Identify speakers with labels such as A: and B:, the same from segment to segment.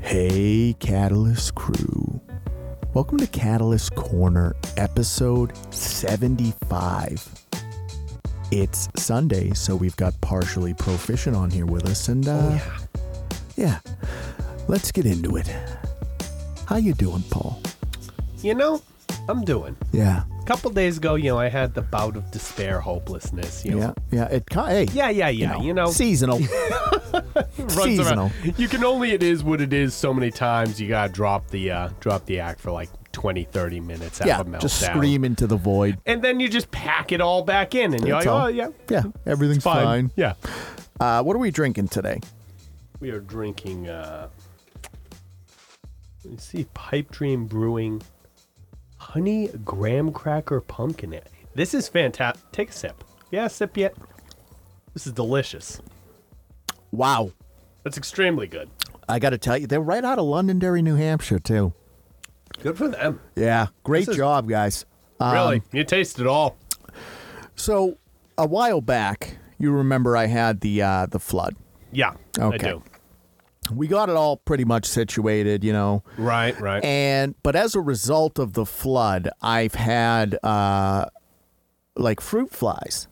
A: Hey, Catalyst crew. Welcome to Catalyst Corner, episode 75. It's Sunday, so we've got partially proficient on here with us, and uh,
B: Oh,
A: yeah. let's get into it. How you doing, Paul?
B: You know, I'm doing.
A: Yeah,
B: A couple days ago, you know, I had the bout of despair, hopelessness. You know.
A: yeah, yeah. It ki- hey,
B: Yeah, yeah, yeah. You know,
A: seasonal.
B: runs
A: seasonal.
B: around. You can only it is what it is so many times. You gotta drop the uh drop the act for like 20, 30 minutes. Have
A: yeah,
B: a meltdown.
A: just scream into the void.
B: And then you just pack it all back in, and you're
A: That's
B: like,
A: all.
B: oh yeah,
A: Yeah, everything's
B: fine.
A: fine.
B: Yeah.
A: Uh, what are we drinking today?
B: We are drinking. uh Let's see, Pipe Dream Brewing, honey graham cracker pumpkin. ale. This is fantastic. Take a sip. Yeah, sip yet. This is delicious.
A: Wow,
B: That's extremely good.
A: I got to tell you, they're right out of Londonderry, New Hampshire, too.
B: Good for them.
A: Yeah, great
B: This is-
A: job, guys. Um,
B: really, you taste it all.
A: So a while back, you remember I had the uh, the flood.
B: Yeah,
A: okay.
B: I do.
A: We got it all pretty much situated, you know.
B: Right, right.
A: And but as a result of the flood, I've had uh, like fruit flies,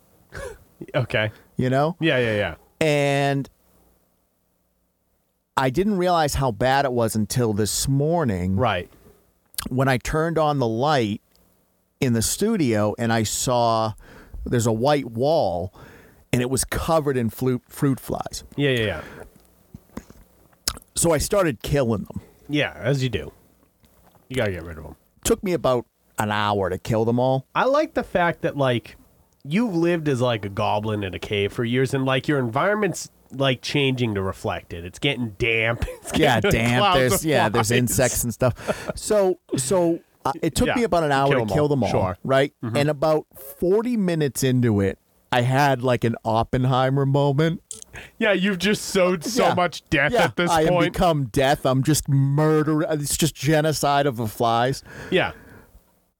B: okay.
A: you know,
B: Yeah, yeah, yeah.
A: and I didn't realize how bad it was until this morning
B: Right.
A: when I turned on the light in the studio and I saw there's a white wall and it was covered in fruit fruit flies.
B: Yeah, yeah, yeah.
A: So I started killing them.
B: Yeah, as you do. You gotta get rid of them.
A: Took me about an hour to kill them all.
B: I like the fact that like you've lived as like a goblin in a cave for years, and like your environment's like changing to reflect it. It's getting damp. It's
A: Yeah,
B: getting
A: damn.
B: clouds
A: There's
B: of
A: yeah, there's
B: flies.
A: insects and stuff. So so uh, it took
B: Yeah,
A: me about an hour
B: kill
A: to
B: 'em
A: kill
B: all,
A: them all,
B: sure. Mm-hmm.
A: right? And about 40 minutes into it, I had like an Oppenheimer moment.
B: Yeah, you've just sowed so
A: Yeah.
B: much death
A: yeah,
B: at this
A: I am
B: point.
A: become death. I'm just murder. It's just genocide of the flies.
B: yeah,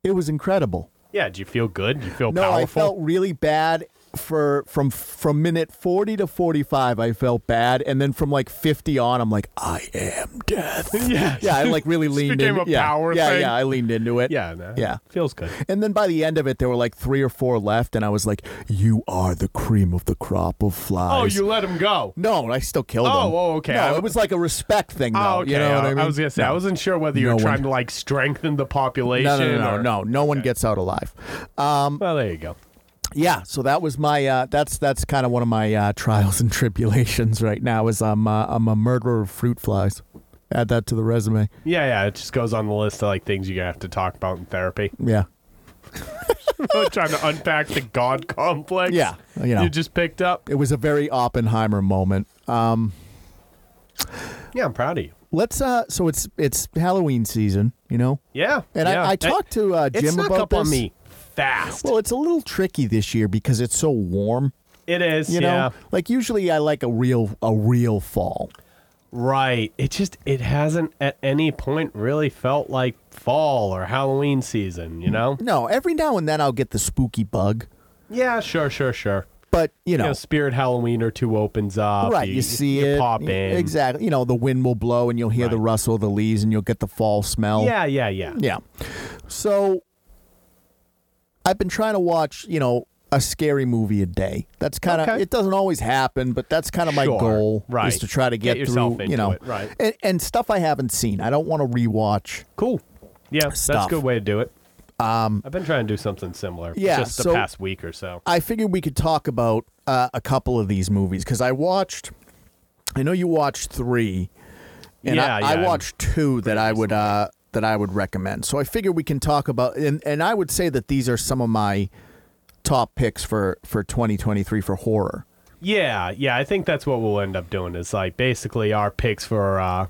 A: It was incredible.
B: yeah. Do you feel good? Do you feel
A: No, I
B: powerful?
A: felt really bad for from from minute 40 to 45 I felt bad and then from like 50 on I'm like I am death.
B: Yeah.
A: Yeah, I like really
B: Just
A: leaned
B: became
A: in.
B: a
A: yeah.
B: power
A: yeah,
B: thing.
A: yeah, I leaned into it.
B: yeah, no,
A: Yeah.
B: Feels good.
A: And then by the end of it there were like 3 or 4 left and I was like you are the cream of the crop of
B: Oh,
A: flies.
B: you let him go.
A: No, I still killed
B: Oh,
A: them.
B: oh, okay.
A: No,
B: I-
A: it was like a respect thing though.
B: Oh, okay.
A: You know what
B: I,
A: I mean?
B: I was gonna say I wasn't sure whether you
A: No
B: were
A: one-
B: trying to like strengthen the population.
A: no, no, no,
B: or...
A: no, no. No one gets out alive. Um,
B: Well, there you go.
A: yeah, so that was my uh, that's that's kind of one of my uh, trials and tribulations right now is I'm uh, I'm a murderer of fruit flies. Add that to the resume.
B: Yeah, yeah. It just goes on the list of like things you're gonna have to talk about in therapy.
A: Yeah,
B: trying to unpack the god complex.
A: Yeah, you know.
B: you just picked up.
A: it was a very Oppenheimer moment.
B: Yeah, I'm proud of you.
A: Let's uh, so it's it's Halloween season, you know,
B: Yeah,
A: and
B: yeah.
A: I, I talked to uh,
B: It
A: Jim
B: snuck
A: about
B: up
A: this.
B: on me fast.
A: Well, it's a little tricky this year because it's so warm.
B: it is.
A: You know,
B: yeah,
A: like usually I like a real a real fall.
B: right. It just it hasn't at any point really felt like fall or Halloween season. You know?
A: No, every now and then I'll get the spooky bug,
B: Yeah, sure, sure, sure.
A: but you know,
B: You know, Spirit Halloween or two opens up.
A: Right, you, see
B: you
A: it
B: Pop
A: y-
B: in.
A: Exactly. You know, the wind will blow and you'll hear the
B: Right.
A: rustle of the leaves and you'll get the fall smell.
B: Yeah, yeah, yeah.
A: Yeah. So I've been trying to watch, you know, a scary movie a day. That's kind of
B: Okay.
A: it doesn't always happen, but that's kind of my
B: Sure.
A: goal
B: Right.
A: is to try to
B: Get
A: get,
B: yourself
A: through,
B: into
A: you know,
B: it. Right.
A: and, and stuff I haven't seen. I don't want to rewatch.
B: Cool. Yeah, that's
A: Stuff.
B: a good way to do it. Um, I've been trying to do something similar.
A: Yeah,
B: just the
A: so-
B: past week or so.
A: I figured we could talk about uh, a couple of these movies cuz I watched I know you watched 3 and I,
B: Yeah,
A: I
B: yeah,
A: watched two that I would uh, that I would recommend. So I figure we can talk about and, and I would say that these are some of my top picks for for 2023 for horror.
B: Yeah, yeah, I think that's what we'll end up doing is like basically our picks for uh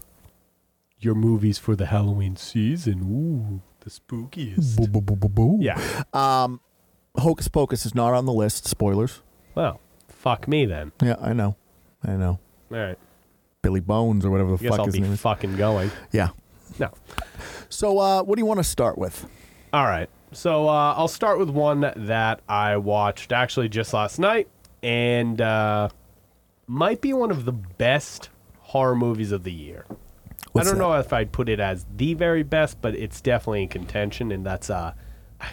B: your movies for the Halloween season. Ooh, the spookiest.
A: Boo, boo, boo, boo, boo.
B: Yeah.
A: Hocus Pocus is not on the list. Spoilers.
B: Well, fuck me then.
A: Yeah, I know, I know.
B: All right.
A: Billy Bones or whatever the
B: Guess
A: fuck
B: I'll
A: his
B: be
A: name is.
B: fucking going.
A: Yeah.
B: No.
A: So uh, what do you want to start with?
B: All right. So uh, I'll start with one that I watched actually just last night and uh, might be one of the best horror movies of the year.
A: What's
B: I don't
A: that?
B: know if I'd put it as the very best, but it's definitely in contention, and that's uh,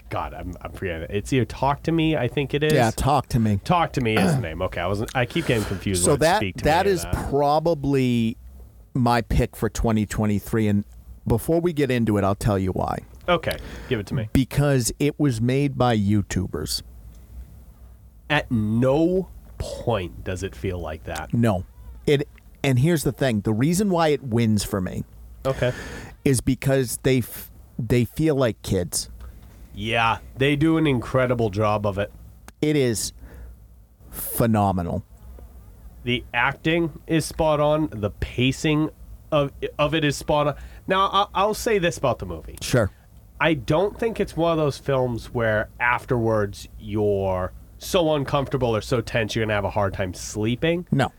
B: God, I'm I'm forgetting it. It's either talk to me, I think it is.
A: Yeah, talk to me.
B: talk to me is the name. Okay, I wasn't. I keep getting confused.
A: So
B: when it's
A: that
B: speak to
A: that
B: me or
A: is
B: not.
A: probably my pick for 2023 and before we get into it, I'll tell you why.
B: uh, okay. Give it to me.
A: Because it was made by YouTubers.
B: At no point does it feel like that.
A: No. It and here's the thing, the reason why it wins for me
B: Okay.
A: is because they f- they feel like kids.
B: Yeah, they do an incredible job of it.
A: It is phenomenal.
B: The acting is spot on. The pacing of of it is spot on. Now, I- I'll say this about the movie.
A: Sure.
B: I don't think it's one of those films where afterwards you're so uncomfortable or so tense you're gonna have a hard time sleeping.
A: No.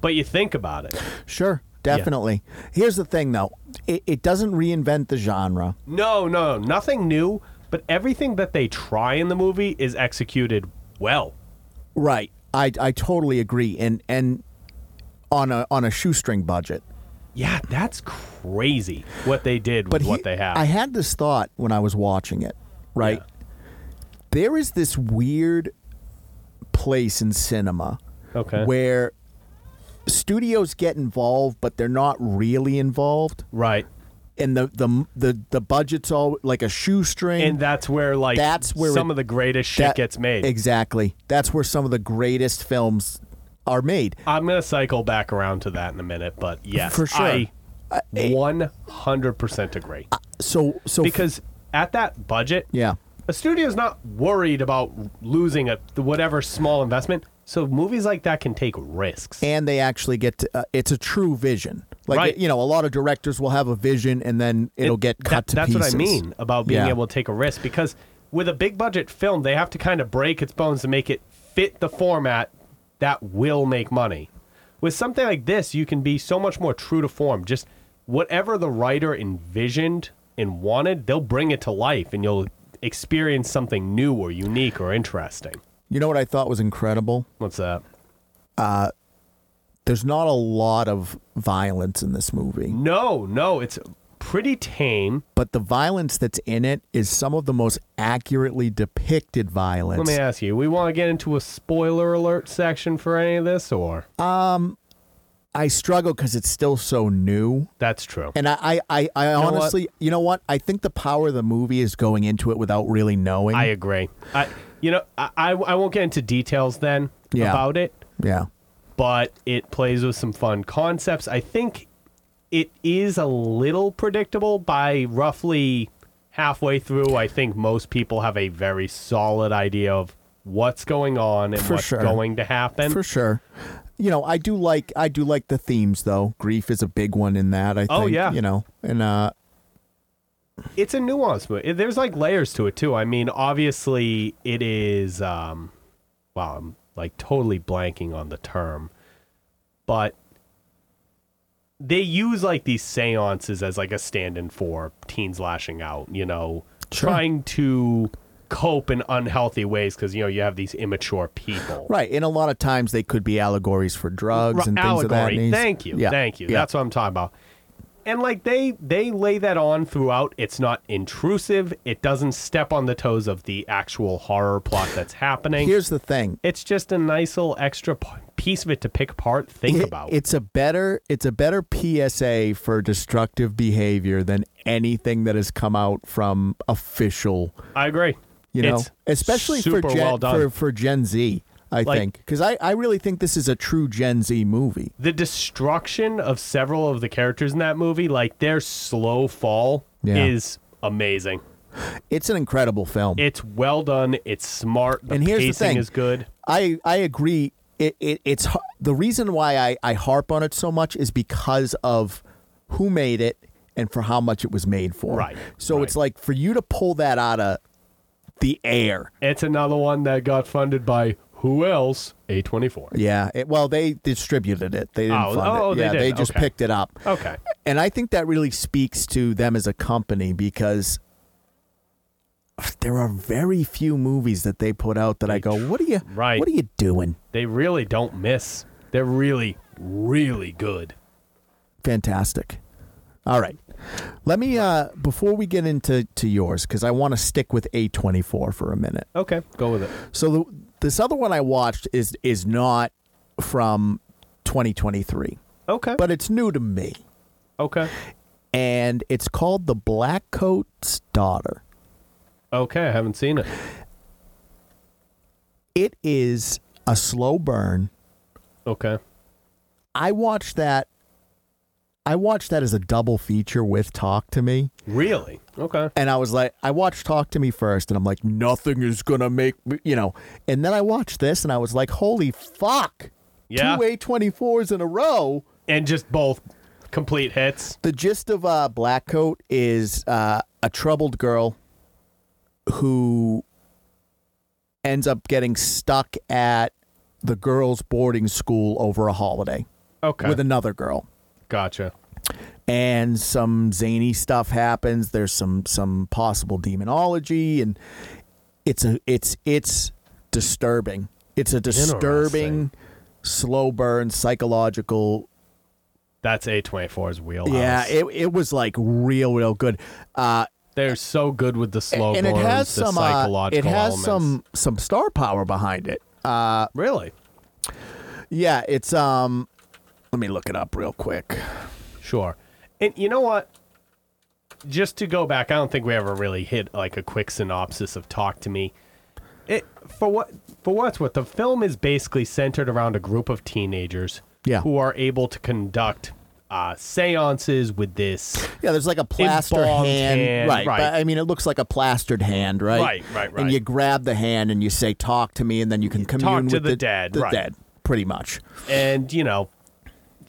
B: But you think about it.
A: Sure. Definitely. Here's the thing though. It, it doesn't reinvent the genre.
B: No, no, nothing new. But everything that they try in the movie is executed well.
A: Right. I, I totally agree. And and on a on a shoestring budget.
B: Yeah, that's crazy what they did with
A: But
B: what
A: he-
B: they have.
A: I had this thought when I was watching it, right? There is this weird place in cinema
B: Okay.
A: where studios get involved but they're not really involved
B: right.
A: and the the the, the budget's all like a shoestring
B: And that's where like
A: That's where
B: some
A: it-
B: of the greatest shit
A: That-
B: gets made.
A: Exactly. That's where some of the greatest films are made.
B: I'm gonna cycle back around to that in a minute, but yes,
A: For sure.
B: I 100% agree.
A: So so
B: because at that budget,
A: yeah.
B: a studio's not worried about losing a whatever small investment. So movies like that can take risks.
A: and they actually get to, uh, it's a true vision. Like
B: Right.
A: you know, a lot of directors will have a vision and then it'll
B: It-
A: get
B: that-
A: cut to
B: That's
A: pieces.
B: what I mean about being
A: Yeah.
B: able to take a risk because with a big budget film, they have to kind of break its bones to make it fit the format that will make money. With something like this, you can be so much more true to form. Just whatever the writer envisioned and wanted, they'll bring it to life and you'll experience something new or unique or interesting.
A: You know what I thought was incredible?
B: What's that?
A: There's not a lot of violence in this movie,
B: No, no, it's pretty tame.
A: but the violence that's in it is some of the most accurately depicted
B: Let
A: violence.
B: me ask you, we want to get into a spoiler alert section for any of this or
A: Uh, I struggle because it's still so new.
B: That's true.
A: And I, I, I, I
B: know what?
A: honestly, you know what? I think the power of the movie is going into it without really knowing.
B: I agree. I, you know, I, I, I won't get into details then
A: Yeah.
B: about it,
A: yeah.
B: but it plays with some fun concepts. I think it is a little predictable by roughly halfway through. I think most people have a very solid idea of what's going on and
A: For
B: what's
A: sure.
B: going to happen.
A: for sure. You know, I do like I do like the themes though. Grief is a big one in that. I
B: Oh,
A: think,
B: yeah.
A: You know, and uh,
B: it's a nuance movie. There's like layers to it too. I mean, obviously it is um wow, I'm like totally blanking on the term. But they use like these seances as like a stand in for teens lashing out, you know,
A: Sure.
B: trying to cope in unhealthy ways because you know you have these immature people.
A: right. And a lot of times they could be allegories for drugs
B: Ru-
A: and things
B: allegory.
A: of that. nature.
B: Thank you.
A: Yeah.
B: Thank you.
A: Yeah.
B: That's what I'm talking about. And like they they lay that on throughout. It's not intrusive. It doesn't step on the toes of the actual horror plot that's happening.
A: Here's the thing.
B: it's just a nice little extra p- piece of it to pick apart, think
A: It-
B: about.
A: It's a better it's a better PSA for destructive behavior than anything that has come out from official.
B: I agree.
A: You know,
B: It's
A: especially for
B: super
A: Gen
B: well done.
A: for for Gen Z. I
B: Like-
A: think because I, I really think this is a true Gen Z movie.
B: the destruction of several of the characters in that movie, like their slow fall,
A: Yeah.
B: is amazing.
A: It's an incredible film.
B: It's well done. It's smart. The
A: And here's the
B: pacing
A: thing.
B: is good.
A: I I agree. It, it it's har- the reason why I, I harp on it so much is because of who made it and for how much it was made for.
B: Right,
A: So
B: right.
A: it's like for you to pull that out of the air.
B: It's another one that got funded by who else? A24.
A: Yeah. It, well, they distributed it. They didn't
B: Oh,
A: fund
B: oh,
A: it.
B: they
A: Yeah.
B: did.
A: just
B: Okay. Oh.
A: picked it up.
B: Okay.
A: And I think that really speaks to them as a company because there are very few movies that they put out that I go, "What are you?
B: right.
A: What are you doing?"
B: They really don't miss. They're really, really good.
A: Fantastic. All right. Let me uh before we get into to yours cuz I want to stick with A24 for a minute.
B: Okay, go with it.
A: So the, this other one I watched is is not from 2023,
B: Okay.
A: but it's new to me.
B: okay.
A: And it's called The Black Coat's Daughter.
B: Okay, I haven't seen it.
A: It is a slow burn.
B: Okay.
A: I watched that I watched that as a double feature with Talk to Me.
B: Really? Okay.
A: And I was like, I watched Talk to Me first, and I'm like, nothing is gonna make me, you know. And then I watched this, and I was like, holy fuck,
B: Yeah.
A: two A24s in a row.
B: And just both complete hits.
A: The gist of uh, Black Coat is uh, a troubled girl who ends up getting stuck at the girls' boarding school over a holiday
B: Okay.
A: with another girl.
B: gotcha.
A: and some zany stuff happens. There's some some possible demonology, and it's a it's it's disturbing. It's a disturbing,
B: Interesting.
A: slow burn, psychological.
B: That's A24's wheelhouse.
A: Yeah, it it was like real real good. Uh,
B: They're so good with the slow
A: and it
B: burns,
A: has
B: the
A: some uh, it
B: psychological
A: has
B: elements.
A: some uh, some star power behind it.
B: Really?
A: Yeah, it's um. Let me look it up real quick.
B: Sure. And you know what? Just to go back, I don't think we ever really hit like a quick synopsis of Talk to Me. It for what for what's what the film is basically centered around a group of teenagers
A: Yeah.
B: who are able to conduct uh, seances with this
A: Yeah, there's like a plaster
B: Embalmed
A: hand,
B: hand,
A: right?
B: right.
A: But I mean, it looks like a plastered hand, right?
B: Right, right,
A: And
B: right.
A: you grab the hand and you say, "Talk to me," and then you can commune
B: to
A: with
B: the dead,
A: the
B: right.
A: dead, pretty much.
B: and you know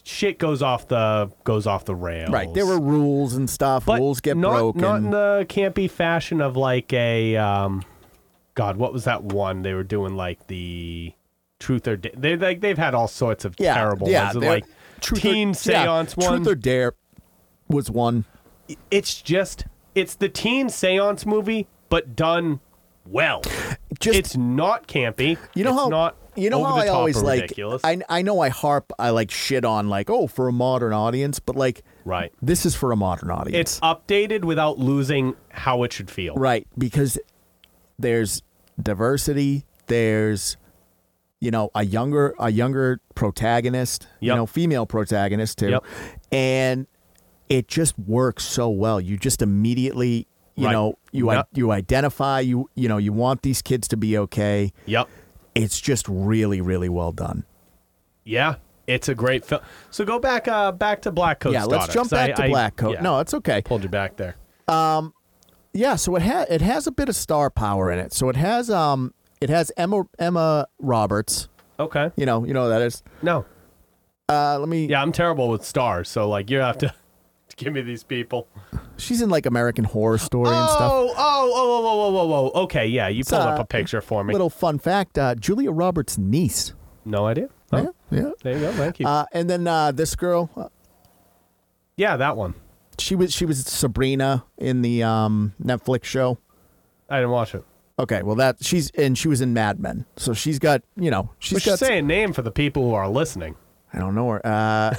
B: shit goes off the goes off the rails.
A: Right. There were rules and stuff.
B: Oh, but
A: rules get
B: not,
A: broken.
B: Not in the campy fashion of like a um, God, what was that one they were doing? Like the truth or da- they like they've had all sorts of
A: yeah,
B: terrible
A: yeah,
B: ones, and,
A: there-
B: like
A: truth
B: teen
A: or,
B: seance
A: yeah,
B: one.
A: Truth or dare was one.
B: it's just it's the teen seance movie, but done well.
A: Just
B: it's not campy.
A: you know
B: it's
A: how
B: not
A: you know
B: over
A: how
B: the
A: I
B: top
A: always
B: or
A: like.
B: ridiculous.
A: I I know I harp I like shit on like oh for a modern audience, but like
B: right.
A: this is for a modern audience.
B: It's updated without losing how it should feel.
A: Right, because there's diversity, there's you know, a younger a younger protagonist, you
B: Yep.
A: know, female protagonist too.
B: Yep.
A: And it just works so well. You just immediately, you
B: Right.
A: know, you i-
B: Yep.
A: you identify, you you know, you want these kids to be okay.
B: Yep.
A: It's just really really well done.
B: Yeah, it's a great film. So go back, uh, back to Black Coat.
A: yeah, let's jump back to Black Coat. No, it's okay.
B: pulled you back there.
A: Yeah, so it ha- it has a bit of star power in it. So it has um it has Emma Emma Roberts,
B: Okay.
A: you know, you know who that is.
B: No.
A: Uh, let me.
B: Yeah, I'm terrible with stars, so like you have to, to give me these people.
A: She's in like American Horror Story
B: Oh,
A: and stuff.
B: oh, oh, oh, oh, oh, oh, oh. Okay, yeah, you pulled
A: uh,
B: up a picture for me.
A: Little fun fact: uh, Julia Roberts' niece.
B: No idea. Oh,
A: Yeah. yeah.
B: There you go. Thank you.
A: Uh, and then uh, this girl, uh,
B: yeah, that one.
A: she was she was Sabrina in the um, Netflix show.
B: I didn't watch it.
A: Okay, well that she's and she was in Mad Men, so she's got you know she's
B: But you
A: got
B: say a name for the people who are listening.
A: I don't know her.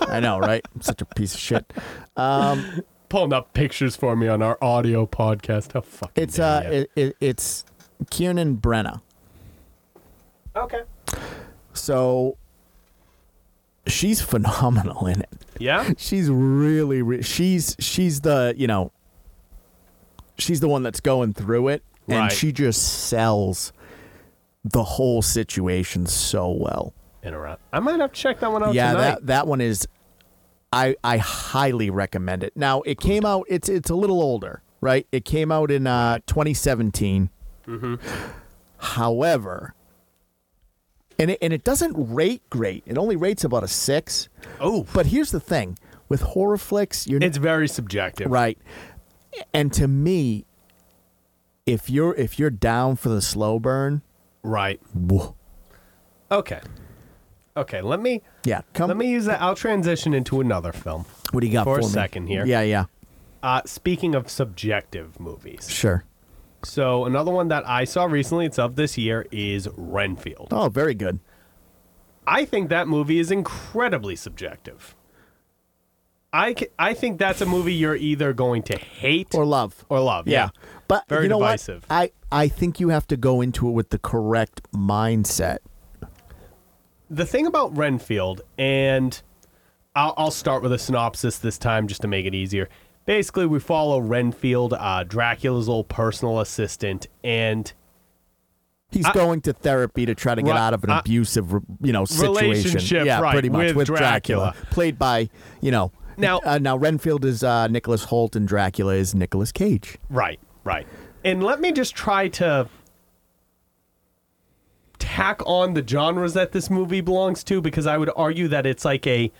A: Uh, I know, right? I'm such a piece of shit.
B: Pulling up pictures for me on our audio podcast. How fucking
A: It's uh,
B: idiot.
A: it, it, it's Kiernan Brenna.
B: okay.
A: So she's phenomenal in it.
B: Yeah.
A: she's really re- she's she's the you know she's the one that's going through it and
B: Right.
A: she just sells the whole situation so well
B: Interrupt. I might have to check that one out
A: yeah
B: Oh, tonight.
A: that that one is i i highly recommend it now it came out it's it's a little older right it came out in uh 2017 however and it, and it doesn't rate great it only rates about a six
B: oh,
A: but here's the thing with horror flicks you're
B: It's very subjective.
A: Right. And to me, if you're if you're down for the slow burn,
B: Right.
A: whoa,
B: Okay. Okay. Let me
A: yeah, come.
B: let me use that. I'll transition into another film.
A: what do you got
B: for a
A: me?
B: second here.
A: Yeah, yeah,
B: Uh, speaking of subjective movies,
A: sure.
B: so another one that I saw recently, it's of this year, is Renfield.
A: Oh, very good.
B: I think that movie is incredibly subjective. I, ca- I think that's a movie you're either going to hate
A: or
B: or,
A: love.
B: love.
A: Yeah. But
B: Very
A: you know
B: divisive.
A: what? I, I think you have to go into it with the correct mindset.
B: the thing about Renfield, and I'll, I'll start with a synopsis this time just to make it easier. Basically, we follow Renfield, uh, Dracula's old personal assistant, and
A: He's
B: I-
A: going to therapy to try to get
B: Right,
A: out of an
B: I-
A: abusive, re- you know, situation.
B: Relationship,
A: yeah,
B: right,
A: pretty much
B: with Dracula.
A: played by, you know,
B: Now-
A: uh, now Renfield is uh, Nicholas Holt and Dracula is Nicholas Cage.
B: right, right. And let me just try to tack on the genres that this movie belongs to because I would argue that it's like a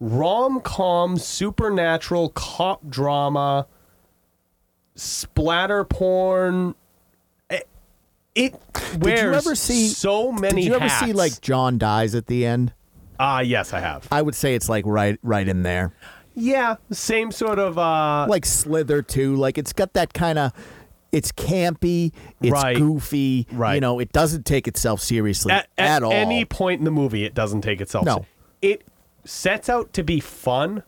B: rom com, supernatural, cop drama, splatter porn. It- It wears
A: ever see-
B: so many.
A: Did you ever
B: hats.
A: see like John dies at the end?
B: Ah, yes, I have.
A: I would say it's like right, right in there,
B: Yeah, same sort of. uh
A: like Slither too. Like it's got that kind of, it's campy, it's
B: Right.
A: goofy.
B: Right.
A: You know, it doesn't take itself seriously
B: at, at
A: all.
B: any point in the movie, it doesn't take itself.
A: No.
B: It sets out to be fun,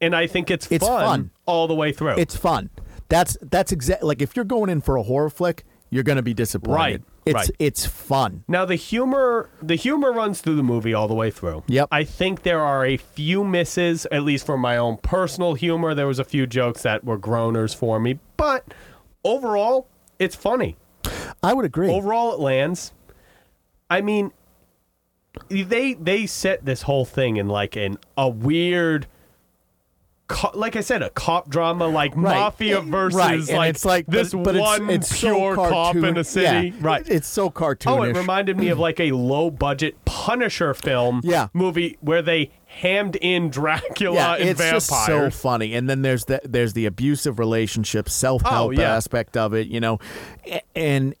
B: and I think it's,
A: It's fun.
B: all the way through.
A: It's fun. That's that's exact. Like if you're going in for a horror flick, you're gonna be disappointed.
B: Right,
A: It's
B: right.
A: it's fun.
B: now the humor the humor runs through the movie all the way through.
A: Yep.
B: I think there are a few misses, at least for my own personal humor. There was a few jokes that were groaners for me, but overall, it's funny.
A: I would agree.
B: overall it lands i mean they they set this whole thing in like an a weird co- like i said a cop drama like
A: Right.
B: mafia versus
A: right. and
B: like,
A: it's like but-
B: this
A: but it's-
B: one
A: it's, so
B: pure cop in
A: cartoon-
B: a city
A: yeah.
B: right
A: It's so cartoonish.
B: oh it reminded me of like a low budget punisher film
A: Yeah.
B: movie where they hammed uh, in dracula
A: yeah,
B: and
A: it's
B: vampires
A: just so funny. And then there's the there's the abusive relationship, self help
B: Oh, yeah.
A: aspect of it, you know, A- and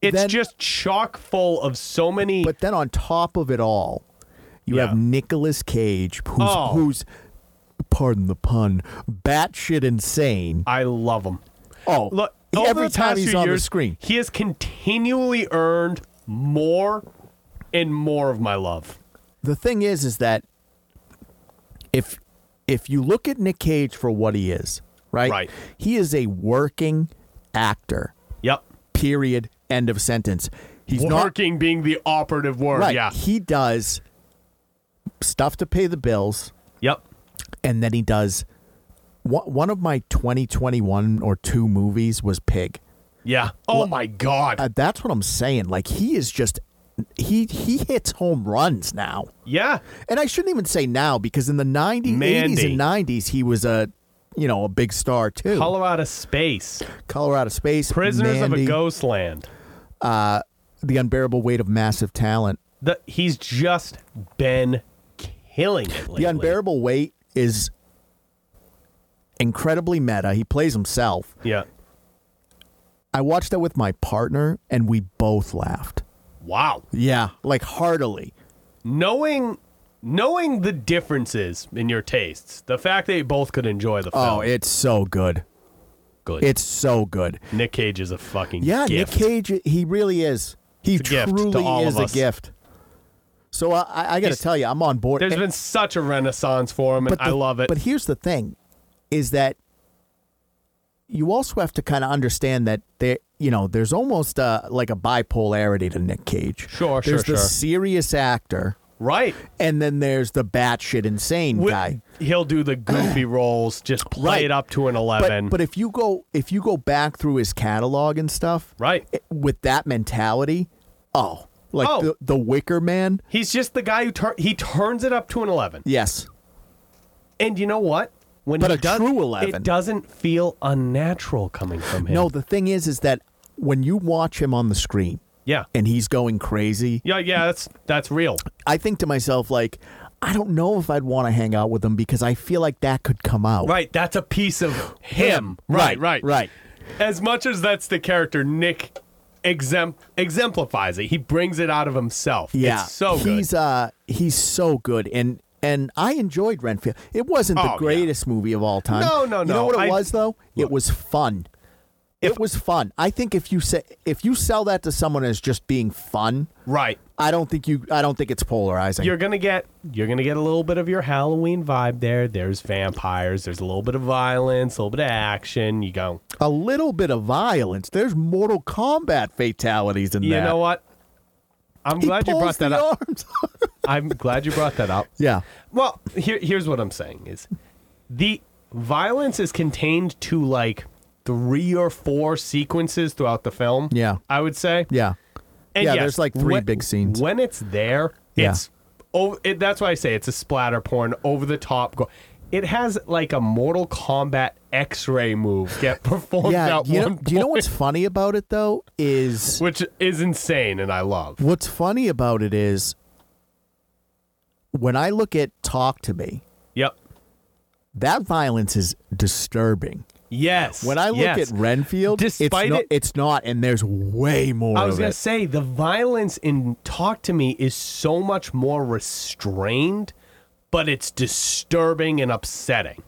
B: it's
A: then-
B: just chock full of so many
A: But then on top of it all, you
B: Yeah.
A: have Nicolas Cage, who's,
B: Oh.
A: who's, pardon the pun, batshit insane.
B: i love them
A: Oh,
B: Look,
A: he-
B: over
A: every
B: the
A: time
B: past
A: he's
B: few
A: on
B: years,
A: the screen.
B: he has continually earned more and more of my love.
A: The thing is, is that if if you look at Nick Cage for what he is, right?
B: Right.
A: He is a working actor.
B: Yep,
A: Period. End of sentence. He's not
B: working being the operative word.
A: right.
B: Yeah.
A: He does stuff to pay the bills.
B: Yep.
A: and then he does one one of my 2021 or two movies was Pig.
B: Yeah. Oh my God.
A: Uh, that's what I'm saying. Like he is just he he hits home runs now.
B: yeah.
A: And I shouldn't even say now because in the 90s,
B: Mandy.
A: 80s and 90s he was a you know, a big star too.
B: Colorado space.
A: Colorado Space,
B: Prisoners of
A: Mandy,
B: a Ghost Land.
A: The Unbearable Weight of Massive Talent.
B: The, he's just been killing it lately.
A: The Unbearable Weight is incredibly meta. He plays himself.
B: Yeah.
A: I watched that with my partner and we both laughed.
B: Wow.
A: Yeah, like heartily.
B: Knowing knowing the differences in your tastes, the fact that you both could enjoy the film.
A: Oh, it's so good.
B: good.
A: It's so good.
B: Nick Cage is a fucking
A: Yeah,
B: gift.
A: Nick Cage, he really is. He
B: It's a gift to
A: truly
B: all
A: is
B: of
A: a
B: us.
A: gift. So I, I, I got to
B: He's-
A: tell you, I'm on board.
B: There's
A: And-
B: been such a renaissance for him, and
A: but
B: I
A: the-
B: love it.
A: But here's the thing, is that you also have to kind of understand that there, you know, there's almost uh like a bipolarity to Nick Cage.
B: Sure, sure,
A: There's the
B: sure.
A: serious actor,
B: right.
A: and then there's the batshit insane
B: Wi-
A: guy.
B: He'll do the goofy roles, just play
A: Right.
B: it up to an 11.
A: But, but if you go if you go back through his catalog and stuff,
B: right.
A: it- with that mentality, oh, like
B: Oh.
A: The, the Wicker Man.
B: He's just the guy who tur- he turns it up to an 11.
A: Yes,
B: And you know what? When
A: But
B: he
A: a
B: does,
A: true 11.
B: It doesn't feel unnatural coming from him.
A: no. The thing is, is that when you watch him on the screen
B: Yeah.
A: and he's going crazy,
B: Yeah, yeah, that's that's real.
A: I think to myself like, I don't know if I'd want to hang out with him because I feel like that could come out.
B: Right, that's a piece of him. Right, right,
A: right.
B: As much as that's the character Nick exemp- exemplifies it. He brings it out of himself.
A: Yeah,
B: It's so good.
A: he's uh he's so good and. And I enjoyed Renfield. It wasn't
B: Oh,
A: the
B: yeah.
A: greatest movie of all time.
B: No, no,
A: You know
B: no.
A: what it
B: I-
A: was though? It was fun. It was fun. I think if you say if you sell that to someone as just being fun,
B: Right.
A: I don't think you I don't think it's polarizing.
B: You're gonna get you're gonna get a little bit of your Halloween vibe there. There's vampires. There's a little bit of violence, a little bit of action. You go.
A: a little bit of violence. There's Mortal Kombat fatalities in
B: You
A: that.
B: know what? I'm
A: He
B: glad you
A: pulls
B: brought that
A: the
B: up.
A: arms.
B: I'm glad you brought that up.
A: yeah.
B: Well, here, here's what I'm saying is the violence is contained to like three or four sequences throughout the film.
A: Yeah.
B: I would say.
A: Yeah.
B: And
A: Yeah,
B: yes,
A: there's, like, three
B: when-
A: big scenes.
B: When it's there,
A: Yeah.
B: it's oh, it, that's why I say it's a splatter porn over the top. Go- it has like a Mortal Kombat X-ray move get performed
A: Yeah.
B: out
A: You know,
B: one,
A: do you know what's funny about it though is
B: which is insane, and I love.
A: what's funny about it is when I look at Talk to Me,
B: Yep.
A: that violence is disturbing.
B: Yes.
A: When I look
B: yes.
A: at Renfield,
B: Despite
A: it's, not,
B: it-
A: it's not, and there's way more
B: I was
A: of
B: gonna
A: it.
B: say the violence in Talk to Me is so much more restrained, but it's disturbing and upsetting.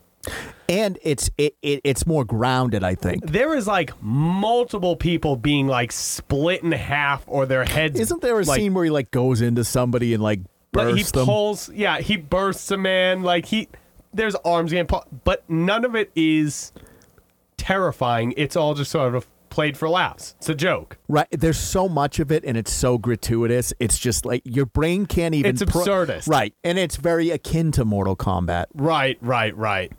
A: and it's it, it it's more grounded, I think.
B: There is like multiple people being like split in half or their heads.
A: Isn't there a
B: like,
A: scene where he like goes into somebody and like
B: like, he
A: bursts them?
B: pulls? Yeah, he bursts a man. Like he, there's arms getting pulled, but none of it is terrifying. It's all just sort of played for laughs. It's a joke.
A: Right. There's so much of it and it's so gratuitous. It's just like your brain can't even
B: It's
A: pro-
B: absurdist.
A: right. And it's very akin to Mortal Kombat.
B: Right, right, right.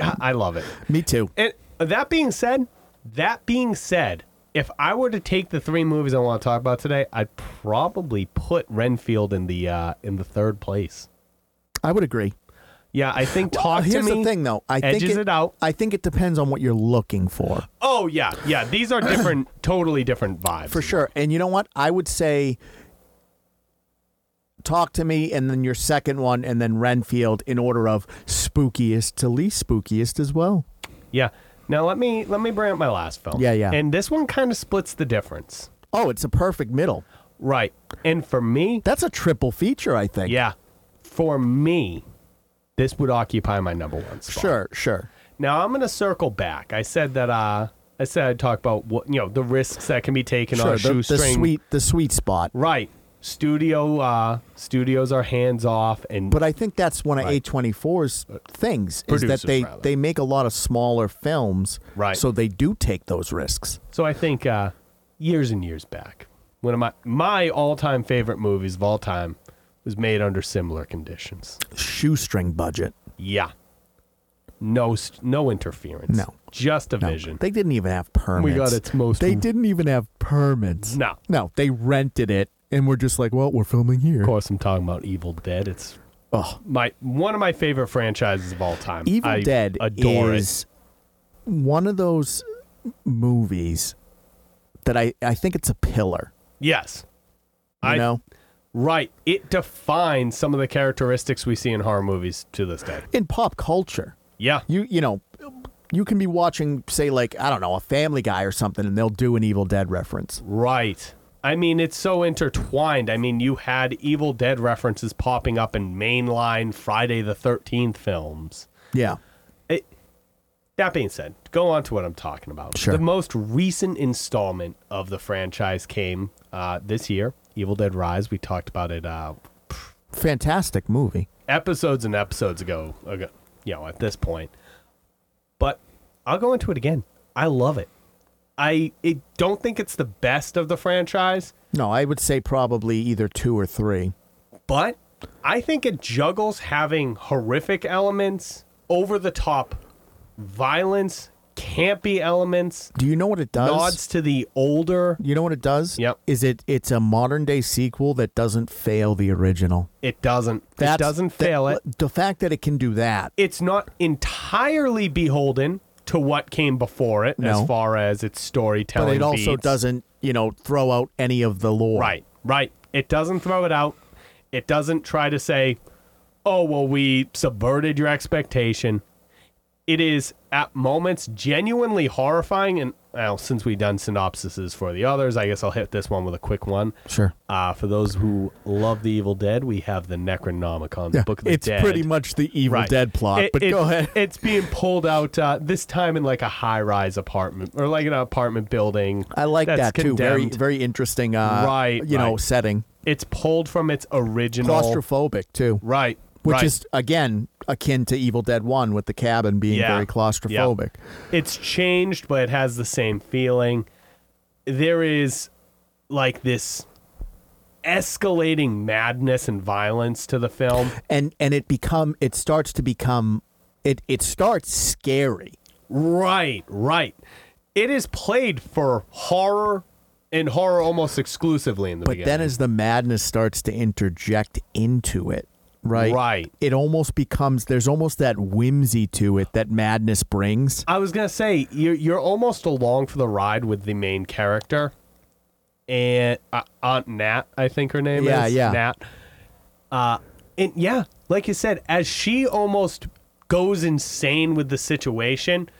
B: I I love it.
A: Me too.
B: And that being said, that being said, if I were to take the three movies I want to talk about today, I'd probably put Renfield in the uh, in the third place.
A: I would agree.
B: Yeah, I think Talk
A: Here's
B: to Me.
A: the thing though. I think
B: edges it out.
A: I think it depends on what you're looking for.
B: Oh yeah, yeah. These are different, totally different vibes.
A: For sure. And you know what? I would say talk to me and then your second one and then Renfield in order of spookiest to least spookiest as well.
B: Yeah. Now let me let me bring up my last film.
A: Yeah, yeah.
B: And this one kind of splits the difference.
A: Oh, it's a perfect middle.
B: Right. And for me,
A: That's a triple feature, I think.
B: yeah, for me, this would occupy my number one spot.
A: Sure, sure.
B: Now I'm gonna circle back. I said that uh I said I'd talk about what you know, the risks that can be taken on a
A: sure. The, the
B: shoestring.
A: sweet the sweet spot.
B: Right. Studio uh studios are hands off and
A: But I think that's one of
B: Right.
A: A24's things is
B: Producers,
A: that they,
B: rather.
A: they make a lot of smaller films,
B: Right.
A: so they do take those risks.
B: so I think uh years and years back, one of my my all time favorite movies of all time was made under similar conditions.
A: Shoestring budget.
B: Yeah. No st- no interference.
A: No.
B: Just a
A: No,
B: vision.
A: they didn't even have permits.
B: got its most-
A: They didn't even have permits.
B: No.
A: no, they rented it, and we're just like, well, we're filming here.
B: Of course I'm talking about Evil Dead. It's
A: Ugh.
B: my one of my favorite franchises of all time.
A: Evil
B: I
A: Dead
B: adore it.
A: is one of those movies that I I think it's a pillar.
B: Yes.
A: You
B: I
A: know,
B: Right. It defines some of the characteristics we see in horror movies to this day.
A: in pop culture.
B: Yeah.
A: you you know you can be watching say like i don't know a family guy or something and they'll do an evil dead reference
B: Right. I mean, it's so intertwined. I mean, you had Evil Dead references popping up in mainline Friday the 13th films.
A: yeah
B: It, that being said, go on to what I'm talking about.
A: Sure.
B: The most recent installment of the franchise came uh, this year Evil Dead Rise. We talked about it uh,
A: fantastic movie
B: episodes and episodes ago, ago, you know, at this point. But I'll go into it again. I love it. I it, don't think it's the best of the franchise,
A: no i would say probably either two or three
B: but I think it juggles having horrific elements, over the top violence, campy elements,
A: do you know what it does
B: nods to the older.
A: you know what it does
B: Yep.
A: is it it's a modern day sequel that doesn't fail the original
B: It doesn't.
A: That's-
B: it doesn't
A: that-
B: fail it.
A: the fact that it can do that
B: it's not entirely beholden to what came before it
A: No.
B: as far as its storytelling
A: but it also
B: beats.
A: doesn't you know throw out any of the lore
B: Right, right. It doesn't throw it out. It doesn't try to say, oh, well, we subverted your expectation. It is at moments genuinely horrifying. And well, since we've done synopsises for the others, I guess I'll hit this one with a quick one.
A: Sure.
B: Uh, for those who love The Evil Dead, we have the Necronomicon,
A: Yeah,
B: the Book of the
A: it's
B: Dead.
A: pretty much the Evil
B: Right.
A: Dead plot,
B: It-
A: but
B: it-
A: go ahead.
B: It's being pulled out uh, this time in like a high-rise apartment or like an apartment building.
A: I like
B: that's
A: that too. Very,
B: condemned.
A: very interesting. Uh,
B: Right,
A: You know,
B: right.
A: setting
B: It's pulled from its original.
A: claustrophobic too,
B: Right.
A: which
B: right.
A: is again akin to Evil Dead One with the cabin being
B: Yeah,
A: very claustrophobic.
B: it's changed, but it has the same feeling. There is like this escalating madness and violence to the film.
A: and and it become it starts to become it it starts scary
B: Right, right. It is played for horror and horror almost exclusively in the
A: but
B: beginning.
A: then as the madness starts to interject into it right
B: Right.
A: it almost becomes there's almost that whimsy to it that madness brings
B: I was gonna say you're you're almost along for the ride with the main character, and uh, Aunt Nat, I think her name
A: Yeah,
B: is
A: yeah.
B: Nat. Uh, and yeah, like you said, as she almost goes insane with the situation,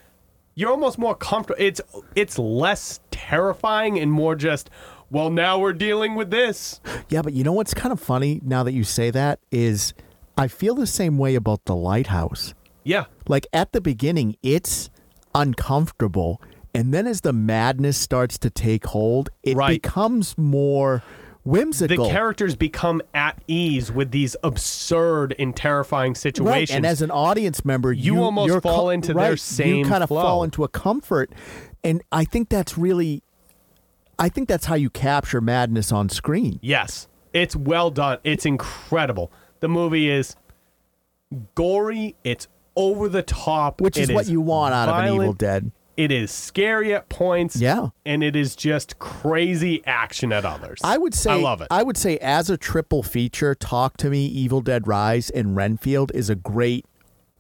B: you're almost more comfortable. It's it's less terrifying and more just. Well, now we're dealing with this.
A: yeah but you know what's kind of funny now that you say that is i feel the same way about the lighthouse
B: Yeah,
A: like at the beginning it's uncomfortable and then as the madness starts to take hold it
B: Right.
A: becomes more
B: the
A: whimsical
B: characters become at ease with these absurd and terrifying
A: Right,
B: situations.
A: and as an audience member, you,
B: You almost
A: you're
B: fall into their
A: right, You
B: same
A: kind of
B: flow.
A: fall into a comfort, and I think that's really, I think that's how you capture madness on screen.
B: Yes. It's well done. It's incredible. The movie is gory. It's over the top.
A: Which is
B: It
A: what you want out of an Evil
B: violent.
A: Dead.
B: It is scary at points.
A: Yeah.
B: And it is just crazy action at others.
A: I would say
B: I love it.
A: I would say as a triple feature, Talk to Me, Evil Dead Rise, and Renfield is a great.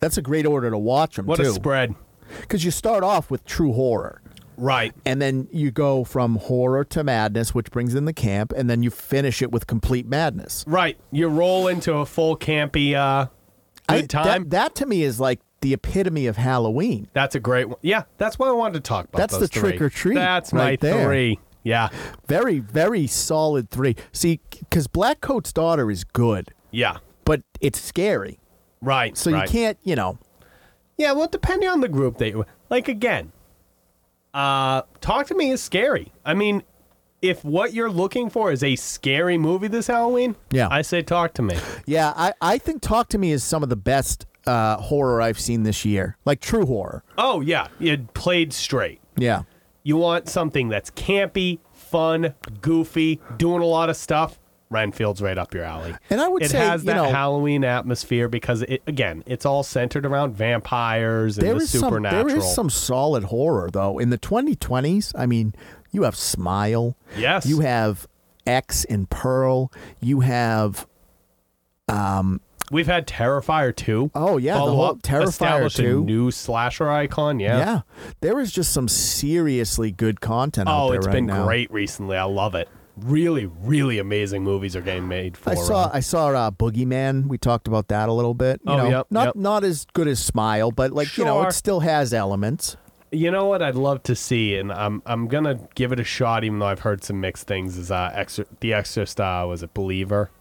A: That's a great order to watch them
B: what a
A: too,
B: spread.
A: because you start off with true horror.
B: Right.
A: And then you go from horror to madness, which brings in the camp, and then you finish it with complete madness.
B: Right. You roll into a full campy uh
A: I-
B: good time.
A: That, that to me is like the epitome of Halloween.
B: that's a great one. Yeah, that's what I wanted to talk about.
A: That's the
B: those three.
A: trick or treat
B: That's
A: right
B: my
A: there.
B: three. Yeah.
A: Very, very solid three. See, because Black Coat's daughter is good,
B: Yeah.
A: but it's scary.
B: Right.
A: So
B: right.
A: you can't, you know.
B: Yeah, well, depending on the group that you like. Again, uh, talk to me is scary. I mean, if what you're looking for is a scary movie this Halloween,
A: Yeah.
B: I say talk to me.
A: Yeah, I, I think Talk to Me is some of the best uh, horror I've seen this year, like true horror.
B: Oh yeah, you played straight.
A: Yeah.
B: You want something that's campy, fun, goofy, doing a lot of stuff. Renfield's right up your alley.
A: And I would
B: it
A: say,
B: has
A: you
B: that
A: know-
B: Halloween atmosphere because it again, it's all centered around vampires and
A: There
B: the
A: is some
B: supernatural.
A: there is some solid horror though. In the 2020s, I mean, you have Smile.
B: Yes.
A: You have X and Pearl. You have
B: We've had Terrifier 2.
A: Oh, yeah, the
B: Follow
A: whole
B: up,
A: Terrifier
B: establish
A: 2.
B: a new slasher icon. Yeah.
A: Yeah. There is just some seriously good content out
B: Oh,
A: there
B: it's
A: right
B: been
A: now.
B: great recently. I love it. Really, really amazing movies are getting made for um,
A: I saw
B: them.
A: I saw uh, Boogeyman. We talked about that a little bit. You
B: Oh,
A: know,
B: yep,
A: not
B: yep.
A: not as good as Smile, but like you know, it
B: Sure.
A: still has elements.
B: You know what I'd love to see, and I'm I'm gonna give it a shot, even though I've heard some mixed things. Is uh, Exor- the Exorcist uh, was a believer?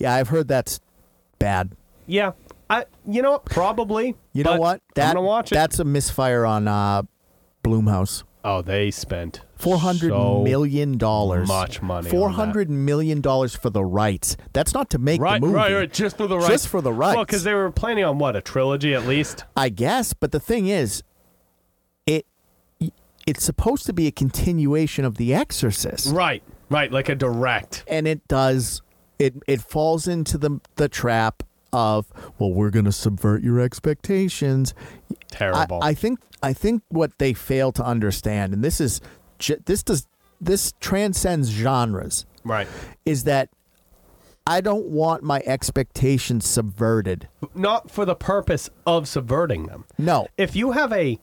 A: Yeah, I've heard that's bad.
B: Yeah, I you know what? probably.
A: You
B: but
A: know what? That
B: I'm gonna watch it.
A: that's a misfire on uh, Bloomhouse.
B: oh, they spent
A: Four hundred
B: so
A: million dollars.
B: much money on that.
A: Four hundred million dollars for the rights. That's not to make
B: Right,
A: the movie.
B: right, right, just for the
A: Just
B: rights.
A: for the
B: Well,
A: rights.
B: because they were planning on what a trilogy at least.
A: I guess, but the thing is, it it's supposed to be a continuation of The Exorcist,
B: Right, right, like a direct.
A: and it does it it falls into the the trap of well, we're going to subvert your expectations. I,
B: Terrible.
A: I think I think what they fail to understand, and this is ge- this does this transcends genres,
B: right.
A: is that I don't want my expectations subverted.
B: Not for the purpose of subverting them.
A: No,
B: If you have a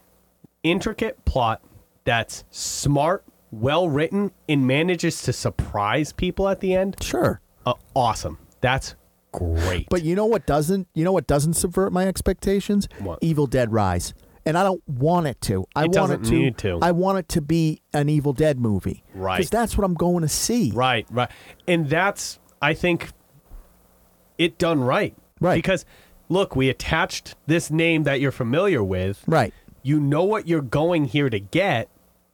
B: intricate plot that's smart, well written, and manages to surprise people at the end,
A: sure.
B: uh, awesome. That's great.
A: But you know what doesn't? You know what doesn't subvert my expectations?
B: What?
A: Evil Dead Rise. and I don't want it to. I
B: It
A: want
B: doesn't
A: it to,
B: need to.
A: I want it to be an Evil Dead movie,
B: Right.
A: Because that's what I'm going to see.
B: Right, right. And that's I think it done right.
A: Right.
B: Because look, we attached this name that you're familiar with.
A: Right.
B: You know what you're going here to get,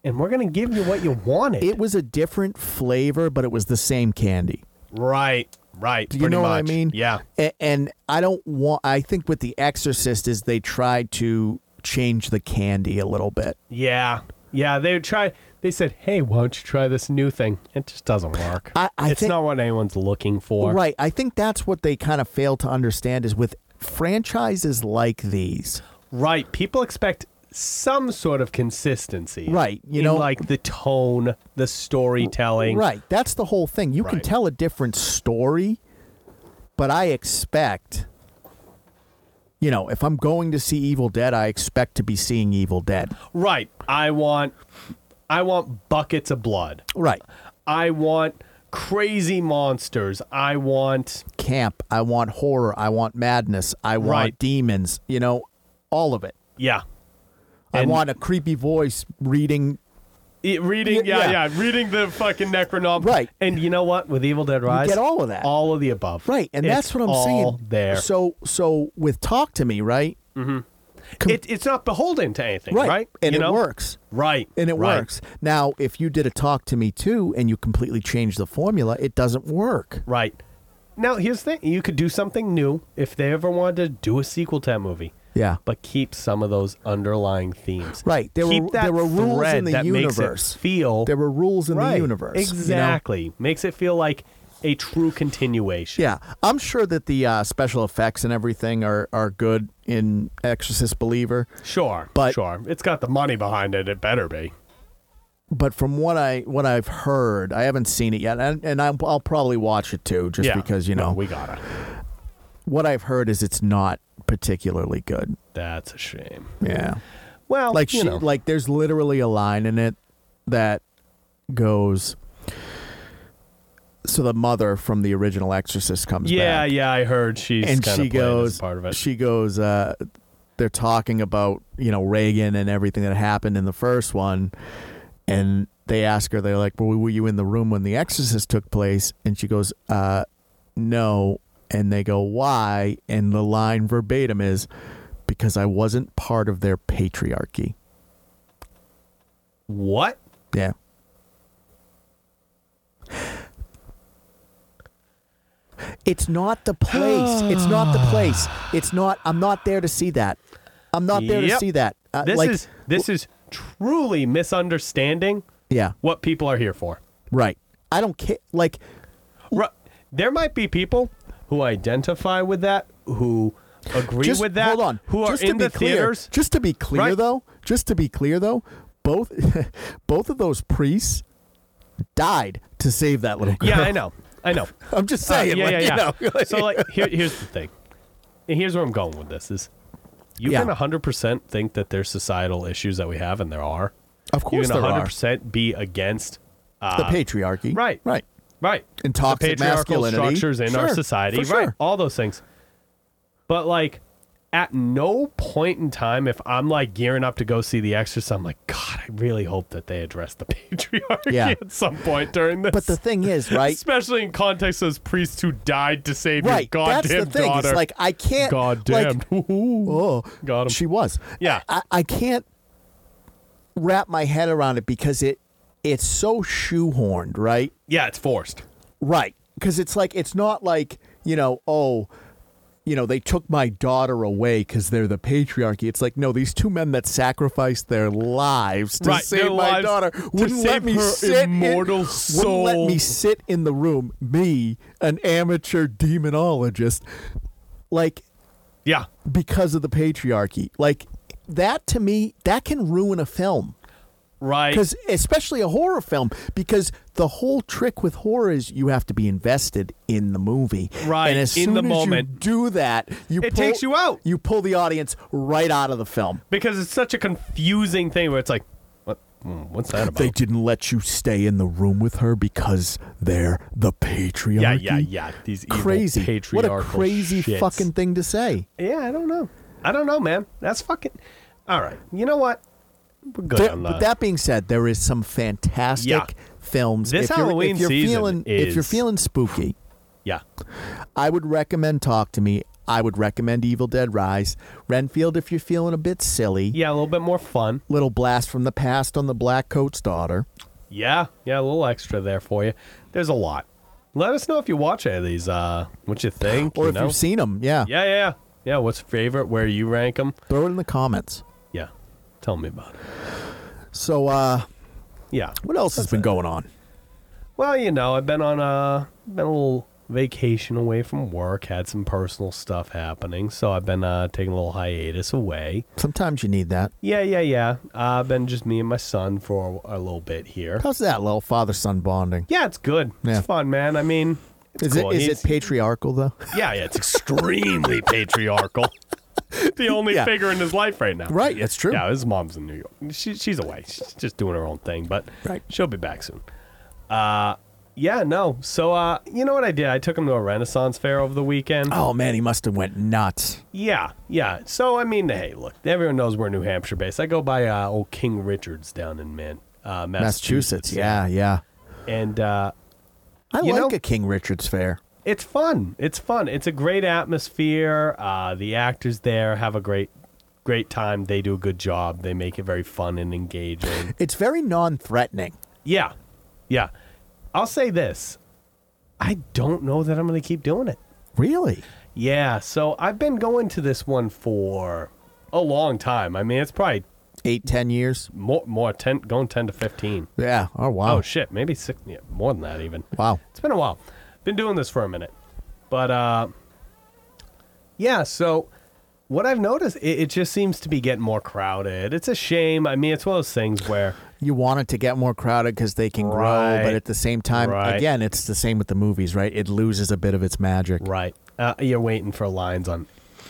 B: and we're gonna give you what you wanted.
A: It was a different flavor, but it was the same candy.
B: right, right.
A: Do you
B: pretty
A: know what I
B: much.
A: mean?
B: Yeah.
A: A- and I don't want. I think with The Exorcist is they tried to change the candy a little bit.
B: Yeah. Yeah. They would try they said, Hey, why don't you try this new thing? It just doesn't work.
A: I- I
B: it's
A: think-
B: not what anyone's looking for.
A: Right. I think that's what they kind of fail to understand is with franchises like these.
B: Right. People expect some sort of consistency.
A: Right, you
B: in,
A: know-
B: like the tone, the storytelling.
A: Right. That's the whole thing. You can
B: Right.
A: tell a different story, but I expect you know, if I'm going to see Evil Dead, I expect to be seeing Evil Dead.
B: Right. I want I want buckets of blood.
A: Right.
B: I want crazy monsters. I want
A: Camp, I want horror, I want madness, I want
B: Right.
A: demons, you know, all of it.
B: yeah.
A: I
B: And-
A: want a creepy voice reading
B: E- reading
A: Yeah,
B: yeah, yeah, reading the fucking Necronomicon.
A: Right.
B: And you know what? With Evil Dead Rise,
A: get all of that.
B: all of the above.
A: Right, and
B: It's
A: that's what I'm
B: all
A: saying.
B: There.
A: So so with talk to me, right? com-
B: it, it's not beholden to anything,
A: Right.
B: right?
A: And
B: You
A: it
B: know?
A: works.
B: Right.
A: And it
B: right,
A: works. Now, if you did a talk to me too and you completely change the formula, it doesn't work.
B: Right. Now here's the thing, you could do something new if they ever wanted to do a sequel to that movie.
A: Yeah.
B: but keep some of those underlying themes.
A: Right. There
B: keep
A: were-
B: that
A: there were rules in
B: thread
A: the
B: that
A: universe.
B: Makes it feel
A: There were rules in the
B: Right.
A: universe. you know?
B: Exactly. Makes it feel like a true continuation.
A: Yeah. I'm sure that the uh, special effects and everything are, are good in Exorcist Believer.
B: Sure.
A: But-
B: sure. It's got the money behind it. It better be.
A: But from what I what I've heard, I haven't seen it yet, and, and I'm, I'll probably watch it too, just
B: yeah.
A: because you know
B: No, we gotta.
A: what I've heard is it's not particularly good.
B: That's a shame.
A: Yeah.
B: Well,
A: like
B: Oh, you
A: she,
B: know.
A: like there's literally a line in it that goes so the mother from the original exorcist comes
B: yeah,
A: back
B: yeah. I heard she's
A: and
B: kinda
A: she
B: playing
A: goes
B: as part of it.
A: she goes uh they're talking about you know reagan and everything that happened in the first one and they ask her they're like well were you in the room when the exorcist took place and she goes uh no and they go why and the line verbatim is because i wasn't part of their patriarchy
B: what?
A: Yeah. It's not the place. it's not the place. It's not. I'm not there to see that. I'm not there to
B: Yep.
A: see that. Uh,
B: This
A: like,
B: is this is truly misunderstanding
A: yeah,
B: what people are here for.
A: right. I don't care. Like,
B: Ru- There might be people who identify with that, who agree
A: just
B: with that,
A: hold on.
B: who are
A: just
B: in
A: to be
B: the
A: clear,
B: theaters.
A: Just to be clear,
B: Right.
A: though. Just to be clear, though. Both, both of those priests died to save that little girl.
B: Yeah, I know. I know.
A: I'm just
B: Uh,
A: saying.
B: yeah,
A: like,
B: yeah,
A: you
B: yeah.
A: know,
B: so like here, here's the thing. And here's where I'm going with this is you
A: Yeah.
B: can 100% think that there's societal issues that we have and there are.
A: of course
B: you can
A: there are.
B: 100% be against uh,
A: the patriarchy.
B: right.
A: Right.
B: right
A: And toxic
B: the patriarchal
A: masculinity.
B: structures in our
A: Sure,
B: society,
A: for
B: right?
A: sure.
B: All those things. But like, at no point in time, if I'm like gearing up to go see The Exorcist, I'm like, God, I really hope that they address the patriarchy
A: Yeah.
B: at some point during this.
A: But the thing is, right?
B: especially in context of those priests who died to save your
A: right. That's
B: goddamn
A: the thing.
B: daughter.
A: It's like I can't.
B: goddamn.
A: Like, oh,
B: Got 'em.
A: She was.
B: Yeah.
A: I, I can't wrap my head around it because it it's so shoehorned, right?
B: yeah, it's forced.
A: Right. Because it's like it's not like you know oh. You know, they took my daughter away because they're the patriarchy. It's like, no, these two men that sacrificed their lives to
B: Right,
A: save
B: their
A: my
B: lives
A: daughter
B: to
A: wouldn't let
B: save
A: me
B: her
A: sit
B: immortal
A: in, Wouldn't let
B: soul.
A: me sit in the room. Me, an amateur demonologist, like
B: Yeah.
A: because of the patriarchy. Like that to me, that can ruin a film.
B: Right.
A: Because especially a horror film, because the whole trick with horror is you have to be invested in the movie.
B: Right,
A: And as
B: in
A: soon
B: the
A: as you
B: moment.
A: do that, you
B: It
A: pull-
B: takes you out.
A: You pull the audience right out of the film.
B: Because it's such a confusing thing where it's like, what? mm, What's that about?
A: They didn't let you stay in the room with her because they're the patriarchy.
B: yeah, yeah, yeah. These evil
A: Crazy. What
B: patriarchal
A: a crazy
B: shits.
A: fucking thing to say.
B: Yeah, I don't know. I don't know, man. That's fucking. All right. You know what? We're good
A: Th-
B: on
A: but
B: that.
A: that being said, there is some fantastic
B: Yeah.
A: films.
B: This
A: if you're,
B: Halloween
A: if you're
B: season
A: feeling if you're
B: is-
A: feeling spooky,
B: yeah.
A: I would recommend Talk to Me. I would recommend Evil Dead Rise. Renfield, if you're feeling a bit silly.
B: Yeah, a little bit more fun.
A: Little blast from the past on the Black Coat's daughter.
B: Yeah, yeah, a little extra there for you. There's a lot. Let us know if you watch any of these. Uh, what you think?
A: Or
B: you
A: if
B: know?
A: you've seen them, yeah.
B: Yeah, yeah, yeah. Yeah, What's your favorite? Where you rank them?
A: Throw it in the comments.
B: Yeah, tell me about it.
A: So, uh,
B: Yeah.
A: what else has been going on?
B: Well, you know, I've been on a been a little vacation away from work. Had some personal stuff happening, so I've been uh, taking a little hiatus away.
A: Sometimes you need that.
B: Yeah, yeah, yeah. Uh, I've been just me and my son for a, a little bit here.
A: How's that little father son bonding?
B: Yeah, it's good.
A: Yeah.
B: It's fun, man. I mean, it's
A: Is
B: cool.
A: it is
B: He's-
A: it patriarchal though?
B: Yeah, yeah, it's extremely patriarchal. The only
A: Yeah.
B: figure in his life right now.
A: Right, that's true.
B: Yeah, his mom's in New York. She, she's away. She's just doing her own thing, but
A: Right.
B: she'll be back soon. Uh, yeah, no. So, uh, you know what I did? I took him to a Renaissance fair over the weekend.
A: Oh man, he must have went nuts.
B: Yeah, yeah. So, I mean, hey, look, everyone knows we're New Hampshire based. I go by uh, old King Richard's down in Man, uh, Massachusetts.
A: Massachusetts, yeah, yeah.
B: And uh,
A: I
B: You
A: like
B: know-
A: a King Richard's fair.
B: it's fun. It's fun. It's a great atmosphere. Uh, the actors there have a great, great time. They do a good job. They make it very fun and engaging.
A: It's very non-threatening.
B: yeah, yeah. I'll say this. I don't know that I'm going to keep doing it.
A: Really?
B: Yeah. So I've been going to this one for a long time. I mean, it's probably
A: Eight, ten years?
B: more, more ten, going ten to fifteen.
A: Yeah. Oh wow.
B: Oh shit, maybe six, yeah, more than that even.
A: wow.
B: It's been a while. Been doing this for a minute. But uh yeah, so what I've noticed it, it just seems to be getting more crowded. It's a shame. I mean, it's one of those things where
A: You want it to get more crowded because they can grow, but
B: Right.
A: at the same time,
B: Right.
A: again, it's the same with the movies, right? It loses a bit of its magic.
B: right. Uh, you're waiting for lines on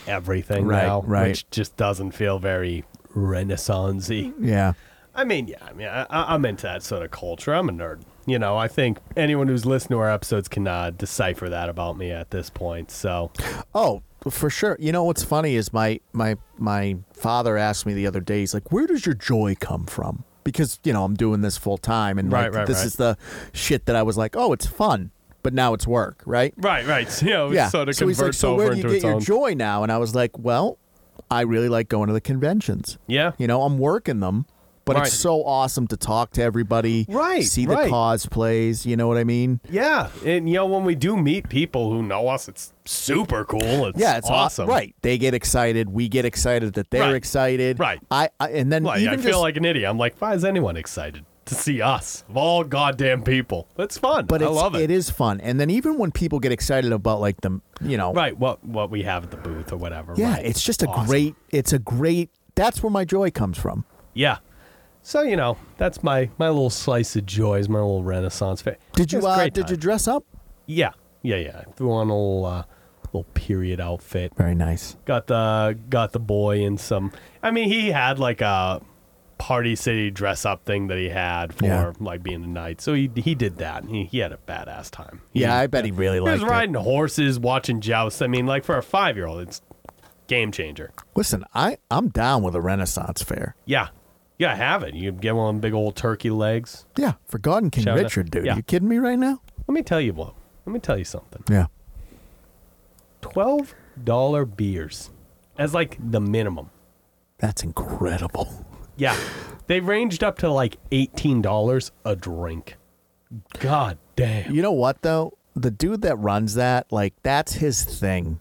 B: everything
A: Right,
B: now,
A: right.
B: which just doesn't feel very renaissancey.
A: Yeah.
B: I mean, yeah, I mean, I, I- I'm into that sort of culture. I'm a nerd. You know, I think anyone who's listened to our episodes can uh, decipher that about me at this point. So,
A: Oh, for sure. You know what's funny is my my my father asked me the other day. He's like, "Where does your joy come from?" Because you know I'm doing this full time, and
B: Right,
A: like,
B: right,
A: this
B: right.
A: is the shit that I was like, "Oh, it's fun," but now it's work, right?
B: right, right. So, you know, it
A: yeah.
B: sort of
A: so he's
B: converts
A: like, "So
B: over
A: where do you
B: into
A: get
B: its
A: your
B: own
A: joy now?" And I was like, "Well, I really like going to the conventions.
B: Yeah.
A: You know, I'm working them." But
B: Right.
A: it's so awesome to talk to everybody,
B: Right,
A: See the
B: right.
A: cosplays, you know what I mean?
B: Yeah, and you know when we do meet people who know us, it's super cool. It's
A: Yeah, it's aw-
B: awesome.
A: Right. They get excited. We get excited that they're
B: Right.
A: excited.
B: Right.
A: I, I and then
B: Like, I
A: even
B: feel
A: just,
B: like an idiot. I'm like, why is anyone excited to see us of all goddamn people? That's fun.
A: but
B: I
A: it's,
B: love it.
A: it is fun. And then even when people get excited about like the you know
B: Right, what what we have at the booth or whatever.
A: yeah,
B: right.
A: it's just a
B: Awesome.
A: great it's a great that's where my joy comes from.
B: yeah. So you know that's my my little slice of joy is my little Renaissance fair.
A: Did
B: It
A: you
B: was a
A: uh,
B: great
A: did you
B: time.
A: dress up?
B: Yeah, yeah, yeah. I threw on a little uh, little period outfit.
A: Very nice.
B: got the got the boy in some i mean he had like a party city dress up thing that he had for
A: Yeah.
B: like being a knight so he he did that he, he had a badass time he,
A: Yeah, I bet he really
B: he
A: liked
B: was
A: it.
B: riding horses watching jousts i mean like for a five year old it's game changer
A: Listen, I I'm down with a Renaissance fair.
B: yeah yeah have it you get one of them big old turkey legs
A: Yeah, for God and King
B: Shout out-
A: Richard, dude.
B: yeah.
A: You kidding me right now?
B: let me tell you what let me tell you something
A: Yeah.
B: twelve dollar beers as like the minimum
A: That's incredible.
B: Yeah. They ranged up to like $18 a drink. God damn.
A: You know what though? The dude that runs that, like that's his thing.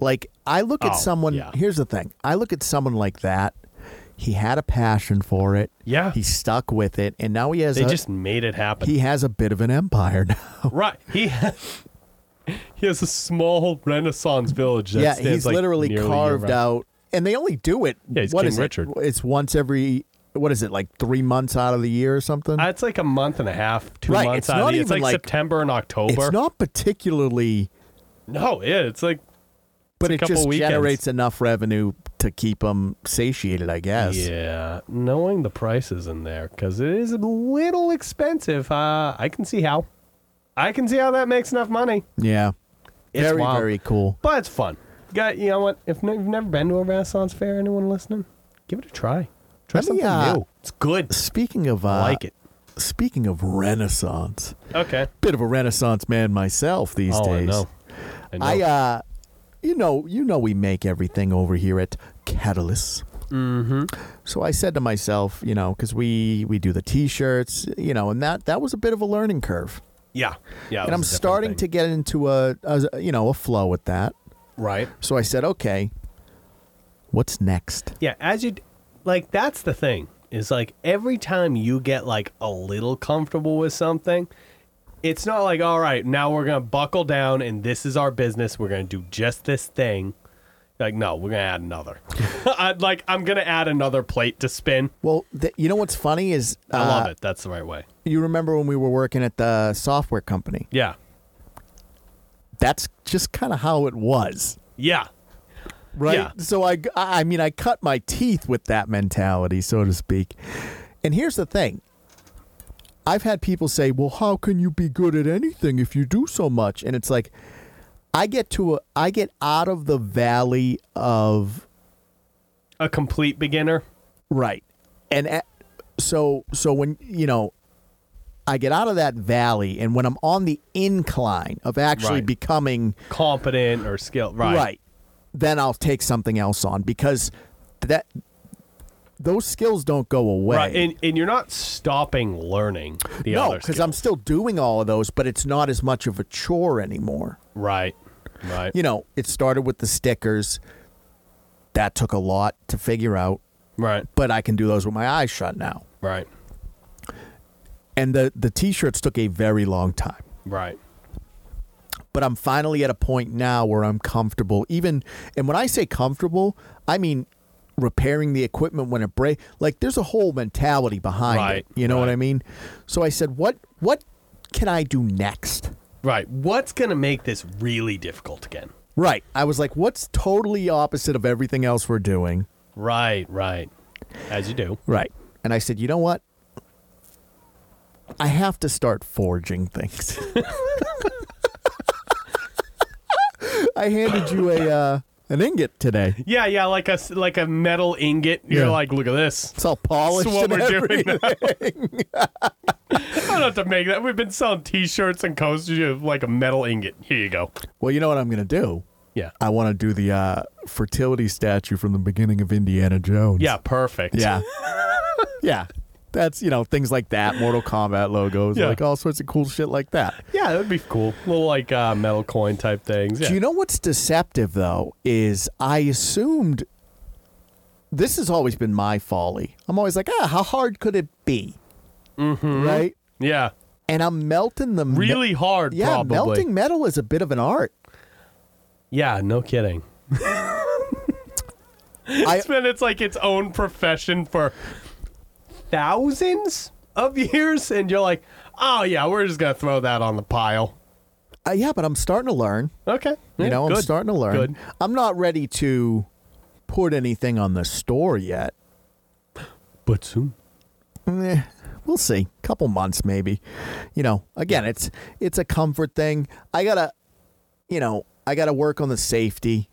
A: Like I look at
B: Oh,
A: someone,
B: yeah.
A: here's the thing. I look at someone like that. He had a passion for it.
B: Yeah.
A: He stuck with it and now he has
B: They
A: a,
B: just made it happen.
A: he has a bit of an empire now.
B: right. He He has a small Renaissance village. That
A: yeah,
B: stands,
A: he's
B: like,
A: literally
B: nearly
A: carved
B: year-round.
A: out and they only do it
B: Yeah, he's
A: what
B: King
A: is
B: Richard.
A: it? It's once every what is it? Like 3 months out of the year or something?
B: Uh, It's like a month and a half, two
A: Right,
B: months
A: it's
B: out
A: not
B: of the year. It's
A: even
B: like,
A: like-
B: September and October.
A: it's not particularly
B: no, yeah, it's like
A: but
B: a
A: it
B: couple
A: just
B: weekends.
A: generates enough revenue to keep them satiated, I guess.
B: Yeah, knowing the prices in there because it is a little expensive. Uh, I can see how. I can see how that makes enough money.
A: Yeah.
B: It's
A: very,
B: wild.
A: very cool.
B: But it's fun. Got you know what? If n- you've never been to a Renaissance fair, anyone listening, Give it a try. Try
A: Let me,
B: something
A: uh,
B: new. It's good.
A: Speaking of, uh,
B: I like it.
A: Speaking of Renaissance,
B: Okay.
A: bit of a Renaissance man myself Uh, these
B: oh,
A: days.
B: I know. I know.
A: I, uh, you know, you know, we make everything over here at Catalyst. Mm-hmm. So I said to myself, you know, because we we do the T-shirts, you know, and that that was a bit of a learning curve,
B: yeah. Yeah.
A: and I'm starting to get into a, a you know a flow with that.
B: to. Right.
A: So I said, okay, what's next?
B: Yeah, as you like that's the thing. Is like every time you get like a little comfortable with something, it's not like all right, now we're going to buckle down and this is our business. We're going to do just this thing. Like no, we're going to add another. I'd like I'm going to add another plate to spin.
A: Well, th- you know what's funny is uh,
B: I love it. That's the right way.
A: You remember when we were working at the software company?
B: Yeah.
A: That's just kind of how it was.
B: Yeah.
A: right?
B: Yeah.
A: So I, I mean, I cut my teeth with that mentality, so to speak. And here's the thing. I've had people say, "Well, how can you be good at anything if you do so much?" And it's like I get to a, I get out of the valley of
B: A complete beginner.
A: right. And a so so when, you know, I get out of that valley and when I'm on the incline of actually
B: Right.
A: becoming
B: Competent or skilled, right?
A: Then I'll take something else on because that those skills don't go away.
B: Right. And, and you're not stopping learning the
A: no,
B: other
A: because I'm
B: skills.
A: still doing all of those, but it's not as much of a chore anymore.
B: right. Right.
A: You know, it started with the stickers. That took a lot to figure out,
B: Right.
A: but I can do those with my eyes shut now.
B: Right.
A: And the the t-shirts took a very long time.
B: Right.
A: But I'm finally at a point now where I'm comfortable. Even and when I say comfortable, I mean repairing the equipment when it breaks. Like there's a whole mentality behind
B: Right,
A: it. You know what
B: right.
A: I mean? So I said, what what can I do next?
B: Right. What's going to make this really difficult again?
A: Right. I was like, what's totally opposite of everything else we're doing?
B: Right, right. As you do.
A: Right. And I said, you know what? I have to start forging things. I handed you a uh, an ingot today.
B: Yeah, yeah, like a s- like a metal ingot. You're
A: Yeah.
B: like, look at this.
A: It's all polished
B: That's what
A: and
B: we're doing
A: everything.
B: now. I don't have to make that. We've been selling T-shirts and coasters. You have like a metal ingot. Here you go.
A: Well, you know what I'm going to do?
B: Yeah.
A: I want to do the uh, fertility statue from the beginning of Indiana Jones.
B: Yeah. Perfect.
A: Yeah. yeah. That's, you know, things like that, Mortal Kombat logos,
B: Yeah.
A: like all sorts of cool shit like that.
B: Yeah, that would be cool. Little like uh, metal coin type things. Yeah.
A: Do you know what's deceptive, though, is I assumed this has always been my folly. I'm always like, ah, how hard could it be? Mm-hmm. Right?
B: yeah.
A: And I'm melting the me-
B: Really hard.
A: yeah,
B: probably.
A: melting metal is a bit of an art.
B: Yeah. No kidding.
A: I,
B: it's been it's like its own profession for thousands of years and you're like oh yeah we're just gonna throw that on the pile
A: I, Uh, yeah, but I'm starting to learn.
B: okay
A: You
B: Yeah,
A: know, I'm
B: good.
A: starting to learn.
B: good
A: I'm not ready to put anything on the store yet.
B: but soon
A: Eh, we'll see. Couple months maybe. You know, again, it's it's a comfort thing. I gotta, you know, I gotta work on the safety.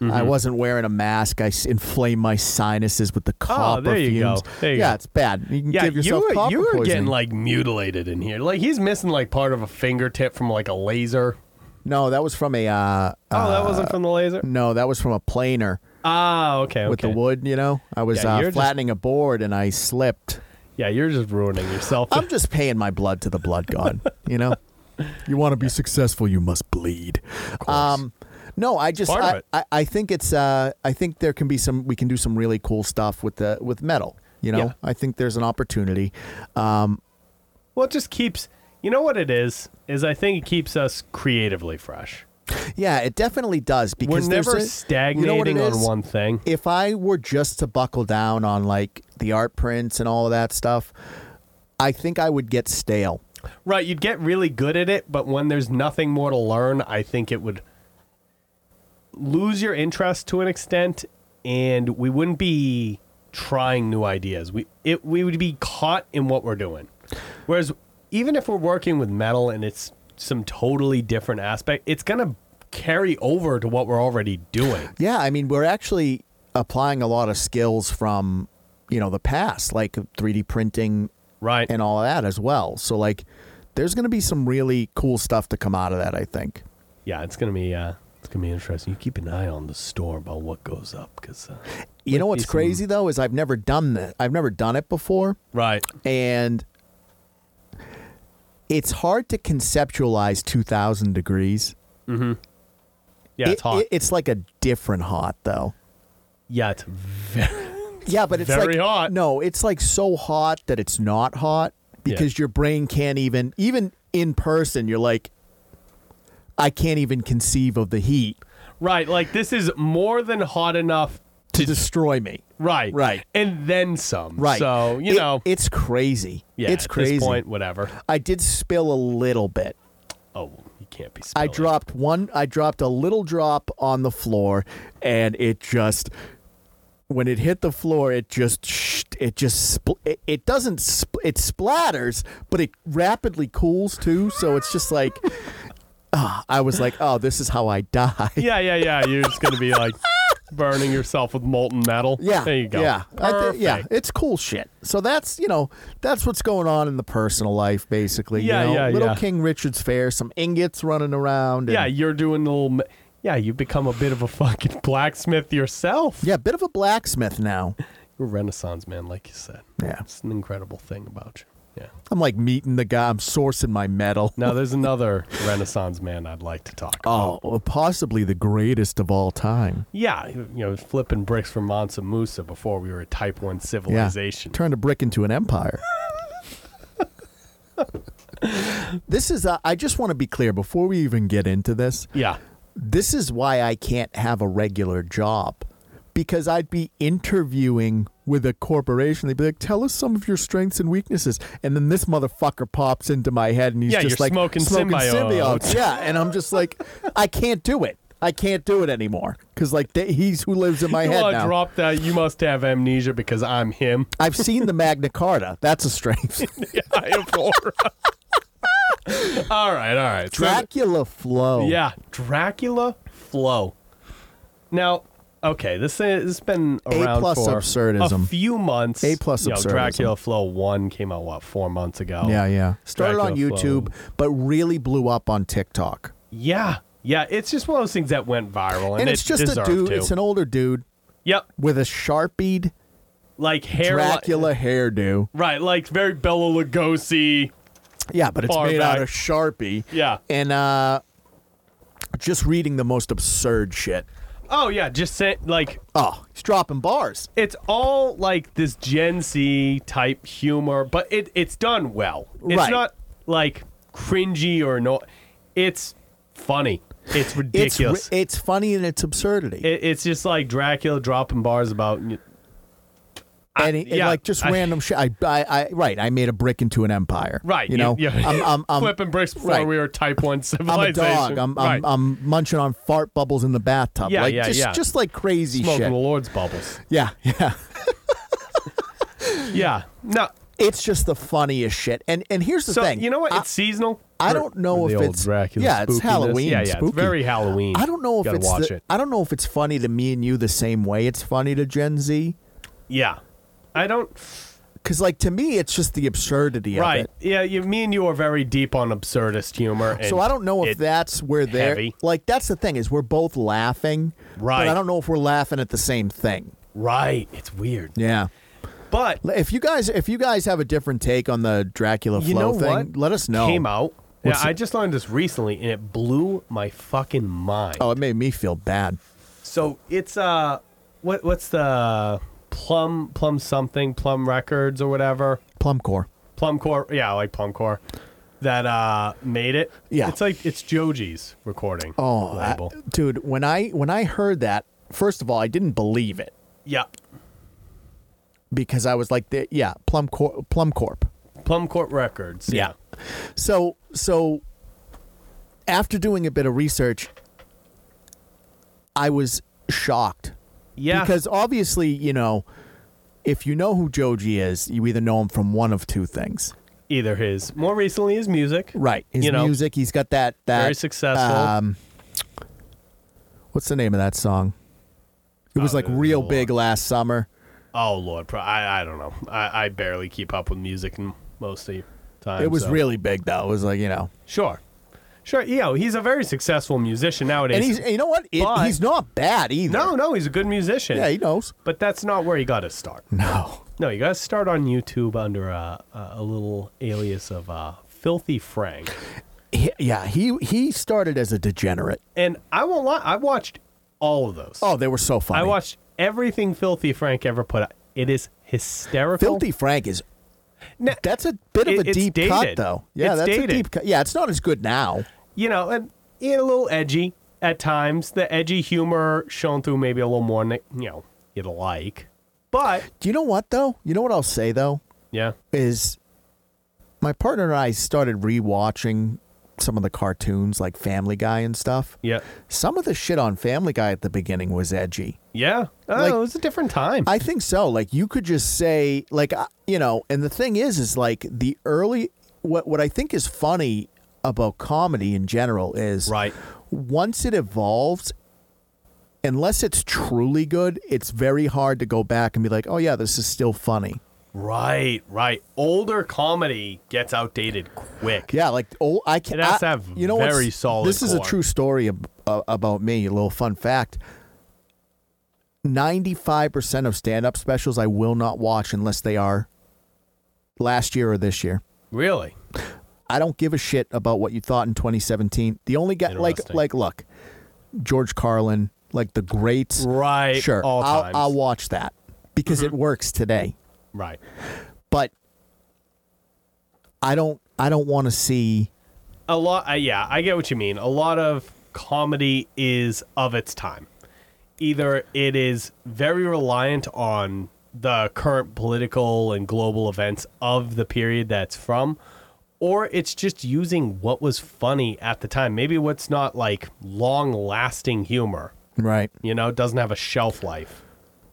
A: I
B: Mm-hmm.
A: wasn't wearing a mask. I s- inflamed my sinuses with the copper
B: Oh, there you go.
A: fumes.
B: There you
A: yeah,
B: go.
A: it's bad. You can
B: yeah
A: give yourself
B: you were,
A: copper
B: you were
A: poisoning.
B: getting like mutilated in here like he's missing like part of a fingertip from like a laser
A: no, that was from a. Uh,
B: oh
A: uh,
B: that wasn't from the laser
A: no, that was from a planer
B: ah okay, okay
A: with the wood. You know, I was
B: Yeah, you're
A: uh,
B: just-
A: flattening a board and I slipped.
B: yeah you're just ruining yourself
A: I'm just paying my blood to the blood god, you know? You want to be successful, you must bleed.
B: course.
A: Um no, I just
B: Part of
A: I,
B: it.
A: I, I think it's uh I think there can be some we can do some really cool stuff with the with metal, you know?
B: Yeah.
A: I think there's an opportunity. Um
B: well it just keeps you know what it is is i think it keeps us creatively fresh
A: yeah, it definitely does
B: we're
A: because there's
B: never
A: a-
B: stagnating
A: you know what it
B: on
A: is?
B: one thing
A: If I were just to buckle down on like the art prints and all of that stuff, I think I would get stale.
B: Right, you'd get really good at it, but when there's nothing more to learn, I think it would lose your interest to an extent, and we wouldn't be trying new ideas. We it we would be caught in what we're doing. Whereas even if we're working with metal and it's some totally different aspect, it's gonna carry over to what we're already doing.
A: Yeah, I mean, we're actually applying a lot of skills from you know the past, like 3D printing
B: Right.
A: and all that as well. So like, there's going to be some really cool stuff to come out of that. I think.
B: yeah, it's gonna be uh, it's gonna be interesting. You keep an eye on the store about what goes up, because uh,
A: You know
B: Might be
A: what's
B: some-
A: crazy though is I've never done that. I've never done it before,
B: right,
A: and it's hard to conceptualize 2,000 degrees.
B: yeah, it's
A: It-
B: hot.
A: it- it's like a different hot though.
B: yeah, it's very.
A: Yeah, but it's
B: Very
A: like,
B: hot.
A: No, it's like so hot that it's not hot
B: Yeah.
A: because your brain can't even even in person. You're like, I can't even conceive of the heat
B: Right, like this is more than hot enough.
A: to destroy me.
B: Right,
A: Right.
B: and then some.
A: Right.
B: So you
A: It-
B: know,
A: it's crazy.
B: yeah,
A: it's
B: at
A: crazy.
B: This point, whatever.
A: I did spill a little bit.
B: Oh, you can't be.
A: I
B: Spilling.
A: dropped one. I dropped a little drop on the floor, and it just when it hit the floor, it just sh- it just spl- it, it doesn't spl- it splatters, but it rapidly cools too. So it's just like. ah, I was like, oh, this is how I die.
B: Yeah, yeah, yeah. You're just gonna be like burning yourself with molten metal.
A: Yeah.
B: there you go.
A: Yeah. I thi- yeah.
B: Perfect.
A: It's cool shit. So that's, you know, that's what's going on in the personal life, basically. you
B: Yeah,
A: know?
B: yeah,
A: Little
B: yeah.
A: King Richard's Fair, some ingots running around. and-
B: Yeah, you're doing the little. ma- Yeah, you become a bit of a fucking blacksmith yourself.
A: Yeah. Bit of a blacksmith now.
B: You're a renaissance man, like you said.
A: Yeah.
B: It's an incredible thing about you. Yeah.
A: I'm like meeting the guy. I'm sourcing my metal.
B: Now there's another renaissance man I'd like to talk about.
A: Oh, well, possibly the greatest of all time.
B: Yeah, you know, flipping bricks from Mansa Musa before we were a Type One civilization.
A: Yeah, turned a brick into an empire. this is. Uh, I just want to be clear before we even get into this.
B: Yeah.
A: This is why I can't have a regular job, because I'd be interviewing with a corporation. They'd be like, "Tell us some of your strengths and weaknesses," and then this motherfucker pops into my head and he's
B: Yeah,
A: just
B: you're
A: like
B: smoking symbiotes."
A: symbiotes. Yeah, and I'm just like, I can't do it. I can't do it anymore because like they, he's who lives in my
B: You
A: head
B: wanna
A: now.
B: drop that? You must have amnesia because I'm him.
A: I've seen the Magna Carta. That's a strength.
B: yeah, I implore. all right, all right. So-
A: Dracula flow.
B: yeah, Dracula flow. Now, okay, this is this has been
A: A
B: around
A: plus
B: for
A: absurdism.
B: a few months.
A: A plus
B: you know,
A: absurdism.
B: Dracula flow one came out what four months ago.
A: Yeah, yeah. Started on
B: Dracula flow.
A: YouTube, but really blew up on TikTok.
B: yeah, yeah. It's just one of those things that went viral, and,
A: And
B: it
A: it's just a
B: deserved
A: dude,
B: to.
A: it's an older dude
B: yep,
A: with a sharpied
B: like hair.
A: Dracula hairdo.
B: Right, like very Bella Lugosi.
A: Yeah, but it's
B: Far
A: made
B: back.
A: out of Sharpie.
B: Yeah.
A: And uh just reading the most absurd shit.
B: Oh yeah, just say, like
A: Oh, he's dropping bars.
B: it's all like this Gen Z type humor, but it it's done well. It's
A: Right.
B: not like cringy or no. It's funny. It's
A: It's ri-
B: ridiculous. It's,
A: it's funny in its absurdity.
B: it, it's just like Dracula dropping bars about.
A: and, he- and,
B: yeah,
A: like just
B: I-
A: random shit. I, I, I, right. I made a brick into an empire.
B: Right,
A: You
B: you-
A: know,
B: yeah.
A: I'm, I'm, I'm,
B: flipping bricks before
A: right.
B: we were Type One
A: I'm a
B: civilization.
A: dog. I'm, I'm,
B: right.
A: I'm munching on fart bubbles in the bathtub.
B: Yeah,
A: like,
B: yeah,
A: just,
B: yeah.
A: just like crazy
B: smoking
A: shit.
B: the Lord's bubbles.
A: Yeah, yeah.
B: Yeah. No.
A: It's just the funniest shit. And and here's the
B: So
A: thing.
B: you know what?
A: I-
B: It's seasonal.
A: I
B: For-
A: don't know
B: for the
A: if
B: old
A: it's-
B: Dracula
A: yeah, it's
B: spookiness.
A: Halloween,
B: Yeah, yeah,
A: spooky.
B: it's very Halloween.
A: I don't know if
B: Gotta
A: it's
B: watch
A: the,
B: it.
A: I don't know if it's funny to me and you the same way it's funny to Gen Z.
B: Yeah, I don't.
A: Because like to me, it's just the absurdity
B: right.
A: of it.
B: Yeah, you, me and you are very deep on absurdist humor. And
A: So I don't know if
B: it-
A: that's where they're
B: heavy.
A: like. That's the thing is we're both laughing,
B: Right.
A: But I don't know if we're laughing at the same thing.
B: Right. It's weird.
A: Yeah.
B: But
A: If you guys, if you guys have a different take on the Dracula
B: you
A: flow
B: know
A: thing,
B: what?
A: let us know.
B: Came out.
A: What's
B: yeah, I
A: it-
B: just learned this recently, and it blew my fucking mind.
A: Oh, it made me feel bad.
B: So it's uh, what what's the plum plum something plum records or whatever
A: Plumcore.
B: plum core? Yeah, I like plum core. That uh made it.
A: Yeah.
B: It's like it's Joji's recording.
A: Oh, I-
B: label.
A: dude, when I when I heard that, first of all, I didn't believe it
B: yeah.
A: because I was like, the- yeah, Plum Cor- Plum Corp.
B: Plum Court Records.
A: Yeah. So so after doing a bit of research, I was shocked
B: Yeah.
A: because obviously, you know, if you know who Joji is, you either know him from one of two things.
B: either his more recently his music.
A: Right. His
B: You know,
A: music, he's got that that
B: very successful.
A: Um, what's the name of that song? It was
B: Oh,
A: like
B: it was
A: real
B: a lot.
A: big last summer.
B: Oh Lord, pro- I I don't know. I, I barely keep up with music m- most of the time.
A: It was
B: so-
A: really big though. It was like you know,
B: sure, sure. You know, he's a very successful musician nowadays.
A: and he's and you know what? It,
B: But-
A: he's not bad either.
B: no, no, he's a good musician.
A: yeah, he knows.
B: but that's not where he got his start.
A: No,
B: No, you got to start on YouTube under uh, a, a little alias of uh, Filthy Frank.
A: He- yeah, he he started as a degenerate.
B: And I won't lie, I watched all of those.
A: Oh, they were so funny.
B: I watched everything Filthy Frank ever put out. It is hysterical.
A: Filthy Frank is.
B: Now,
A: That's a bit of
B: It-
A: a
B: it's
A: deep cut,
B: dated.
A: though. Yeah,
B: It's
A: that's
B: dated.
A: a deep cut. Yeah, it's not as good now.
B: you know, and, and a little edgy at times. The edgy humor shown through maybe a little more, than, you know, you'd like. But,
A: Do you know what though? You know what I'll say though
B: yeah.
A: is, my partner and I started rewatching some of the cartoons like Family Guy and stuff.
B: Yeah.
A: Some of the shit on Family Guy at the beginning was edgy.
B: Yeah. Oh,
A: Like-
B: it was a different time.
A: I think so. Like you could just say like uh, you know, and the thing is is like the early what what I think is funny about comedy in general is
B: Right.
A: once it evolves unless it's truly good, it's very hard to go back and be like, "Oh yeah, this is still funny."
B: right, right. Older comedy gets outdated quick.
A: Yeah, like oh, I can.
B: It has
A: I-
B: to have
A: you know what's-
B: very solid
A: This is a
B: core.
A: true story ab- uh, about me. A little fun fact: ninety-five percent of stand-up specials I will not watch unless they are last year or this year.
B: Really?
A: I don't give a shit about what you thought in 2017. The only guy, like,
B: Interesting.
A: like, look, George Carlin, like the greats,
B: Right.
A: Sure,
B: All
A: I'll,
B: times. Mm-hmm.
A: I'll watch that because it works today.
B: right.
A: But I don't, I don't want to see.
B: a lot uh, yeah i get what you mean a lot of comedy is of its time either it is very reliant on the current political and global events of the period that's from or it's just using what was funny at the time maybe what's not like long lasting humor
A: Right.
B: you know doesn't have a shelf life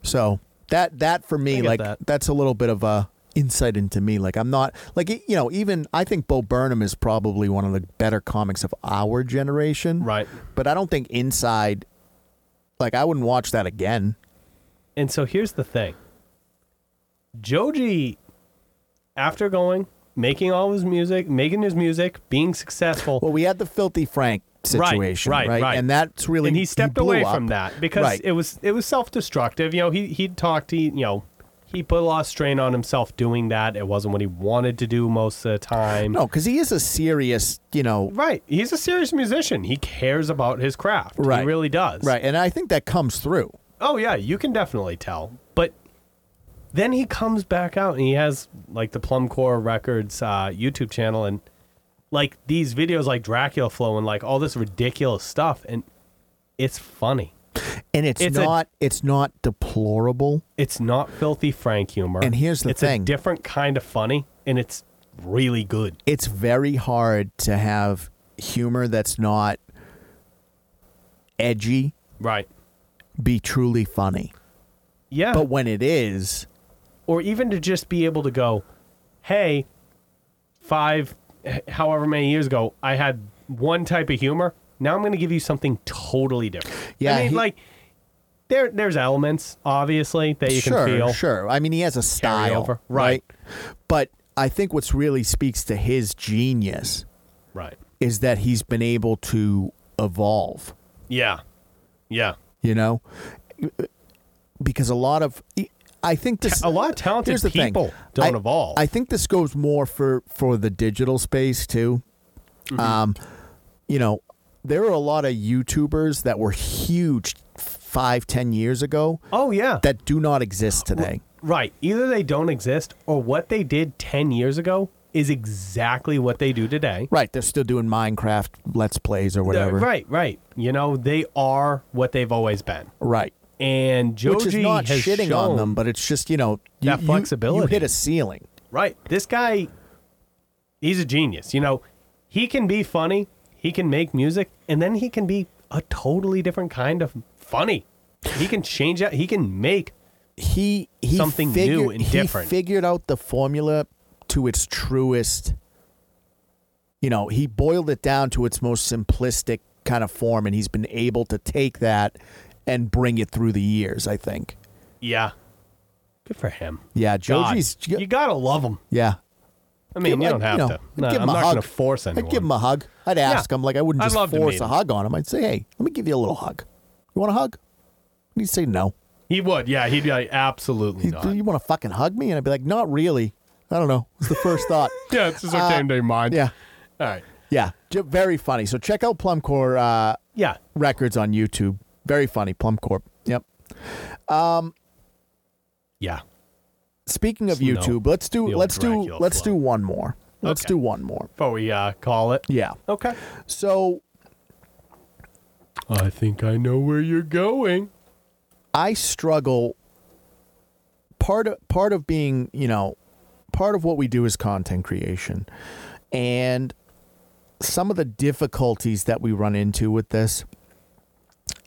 A: So that that for
B: I
A: me,
B: get
A: like
B: that.
A: that's a little bit of a insight into me. Like I'm not like it- you know even I think Bo Burnham is probably one of the better comics of our generation.
B: right
A: But I don't think Inside, like I wouldn't watch that again.
B: And so here's the thing. Joji, after going, making all his music, making his music, being successful,
A: Well, we had the Filthy Frank
B: Right,
A: situation, right?
B: right, right.
A: And that's really
B: and he stepped
A: blew
B: away
A: up.
B: from that because
A: Right.
B: it was it was self destructive. You know, he he talked, he you know, he put a lot of strain on himself doing that. It wasn't what he wanted to do most of the time.
A: No, because he is a serious, you know,
B: Right. He's a serious musician. He cares about his craft.
A: Right.
B: He really does.
A: right, and I think that comes through.
B: Oh yeah, you can definitely tell. But then he comes back out and he has like the Plum Core Records uh, YouTube channel and like these videos like Dracula Flow and like all this ridiculous stuff and it's funny.
A: And it's,
B: It's a-
A: not, it's not deplorable.
B: It's not filthy Frank humor.
A: And here's the
B: it's
A: thing.
B: a different kind of funny and it's really good.
A: it's very hard to have humor that's not edgy
B: Right.
A: be truly funny.
B: Yeah.
A: But when it is,
B: or even to just be able to go, hey, five, however many years ago, I had one type of humor. Now I'm going to give you something totally different.
A: Yeah,
B: I mean,
A: he-
B: like there, there's elements obviously that you
A: sure,
B: can feel.
A: sure. I mean, he has a style,
B: over.
A: right?
B: Right.
A: But I think what's really speaks to his genius
B: Right.
A: is that he's been able to evolve.
B: Yeah. Yeah.
A: You know, because a lot of I think this
B: A lot of talented
A: Here's the thing.
B: people don't
A: I-
B: evolve.
A: I think this goes more for for the digital space too.
B: Mm-hmm.
A: Um, you know, there are a lot of YouTubers that were huge five, ten years ago
B: oh yeah.
A: that do not exist today.
B: right. Either they don't exist or what they did 10 years ago is exactly what they do today.
A: Right, they're still doing Minecraft let's plays or
B: Uh,
A: whatever.
B: Right, right. You know, they are what they've always been.
A: right.
B: and Joji
A: Which is not
B: has
A: shitting
B: shown,
A: on them, but it's just you know you- you-
B: that
A: You
B: flexibility.
A: hit a ceiling.
B: Right, this guy, he's a genius. You know, he can be funny, he can make music, and then he can be a totally different kind of funny. He can change out. He can make
A: he he
B: Something new
A: figured,
B: and
A: he
B: different.
A: figured out the formula to its truest. You know, he boiled it down to its most simplistic kind of form, and he's been able to take that and bring it through the years, I think.
B: Yeah. Good for him.
A: Yeah,
B: God,
A: Joji's.
B: you gotta love him.
A: yeah.
B: I mean, you
A: I'd-
B: don't have
A: know,
B: to.
A: I'd
B: No,
A: give
B: I'm
A: him a
B: not
A: hug.
B: gonna force anyone.
A: I'd give him a hug. I'd ask him. Like I wouldn't
B: I'd
A: just
B: love to
A: force
B: meet
A: a
B: him.
A: hug on him. I'd say, "Hey, let me give you a little hug. You want a hug?" And he'd say, "No."
B: he would. Yeah, he'd be like, absolutely
A: He'd-
B: not.
A: you want to fucking hug me? And I'd be like, "Not really. I don't know." It's the first thought.
B: yeah, it's just what came to your mind.
A: Uh, yeah,
B: All right.
A: yeah. J- Very funny. So check out Plumcore uh,
B: Yeah.
A: records on YouTube. Very funny. Plumcorp. Yep.
B: Yeah.
A: Speaking of
B: Snow.
A: YouTube, let's do
B: The old
A: let's do
B: Dracula
A: let's
B: flow.
A: do one more. Let's
B: Okay.
A: do one more.
B: Before we uh, call it.
A: Yeah.
B: Okay.
A: So
B: I think I know where you're going.
A: I struggle. Part of part of being, you know, part of what we do is content creation, and some of the difficulties that we run into with this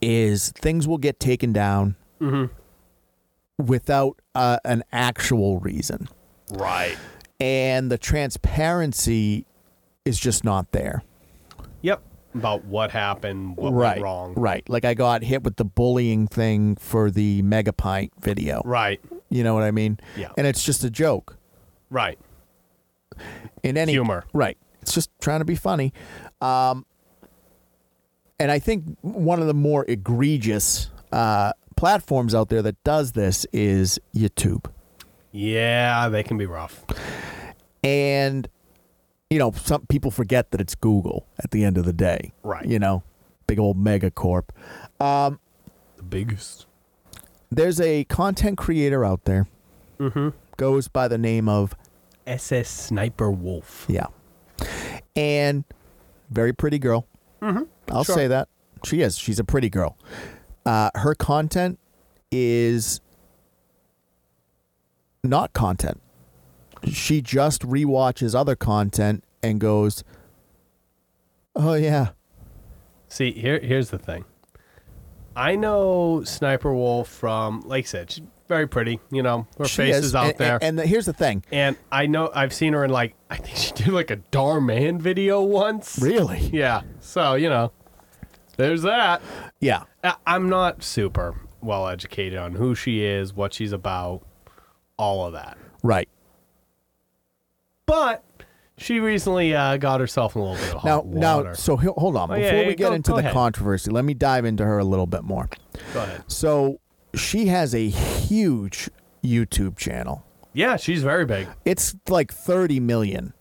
A: is things will get taken down
B: Mm-hmm.
A: without uh, an actual reason,
B: Right.
A: and the transparency is just not there.
B: Yep. About what happened, what
A: right,
B: went wrong.
A: right. Like I got hit with the bullying thing for the megapint video.
B: Right.
A: You know what I mean?
B: Yeah.
A: And it's just a joke.
B: Right.
A: In any
B: Humor.
A: Right. It's just trying to be funny. Um and I think one of the more egregious uh platforms out there that does this is YouTube.
B: Yeah, they can be rough.
A: And you know, some people forget that it's Google at the end of the day.
B: Right.
A: You know, big old megacorp.
B: The biggest.
A: There's a content creator out there. Mm-hmm. Goes by the name of
B: SS Sniper Wolf.
A: Yeah. And very pretty girl. Mm-hmm. I'll
B: Sure.
A: say that. She is. She's a pretty girl. Uh, her content is not content. She just rewatches other content and goes, Oh, yeah.
B: See, here here's the thing. I know Sniper Wolf from, like I said, she's very pretty. You know, her
A: she
B: face is,
A: is.
B: out
A: And-
B: there.
A: And, and the- here's the thing
B: And I know I've seen her in like I think she did like a Darman video once.
A: really?
B: Yeah. So you know, there's that.
A: Yeah.
B: I- I'm not super well educated on who she is, what she's about, all of that.
A: Right.
B: But she recently uh, got herself in a little bit of
A: Now,
B: hot
A: now,
B: Oh, water.
A: so he- hold on.
B: Oh, yeah,
A: Before
B: yeah,
A: we get
B: go-
A: into
B: go
A: the
B: ahead.
A: controversy, let me dive into her a little bit more.
B: Go ahead.
A: So she has a huge YouTube channel.
B: Yeah, she's very big.
A: It's like 30 million.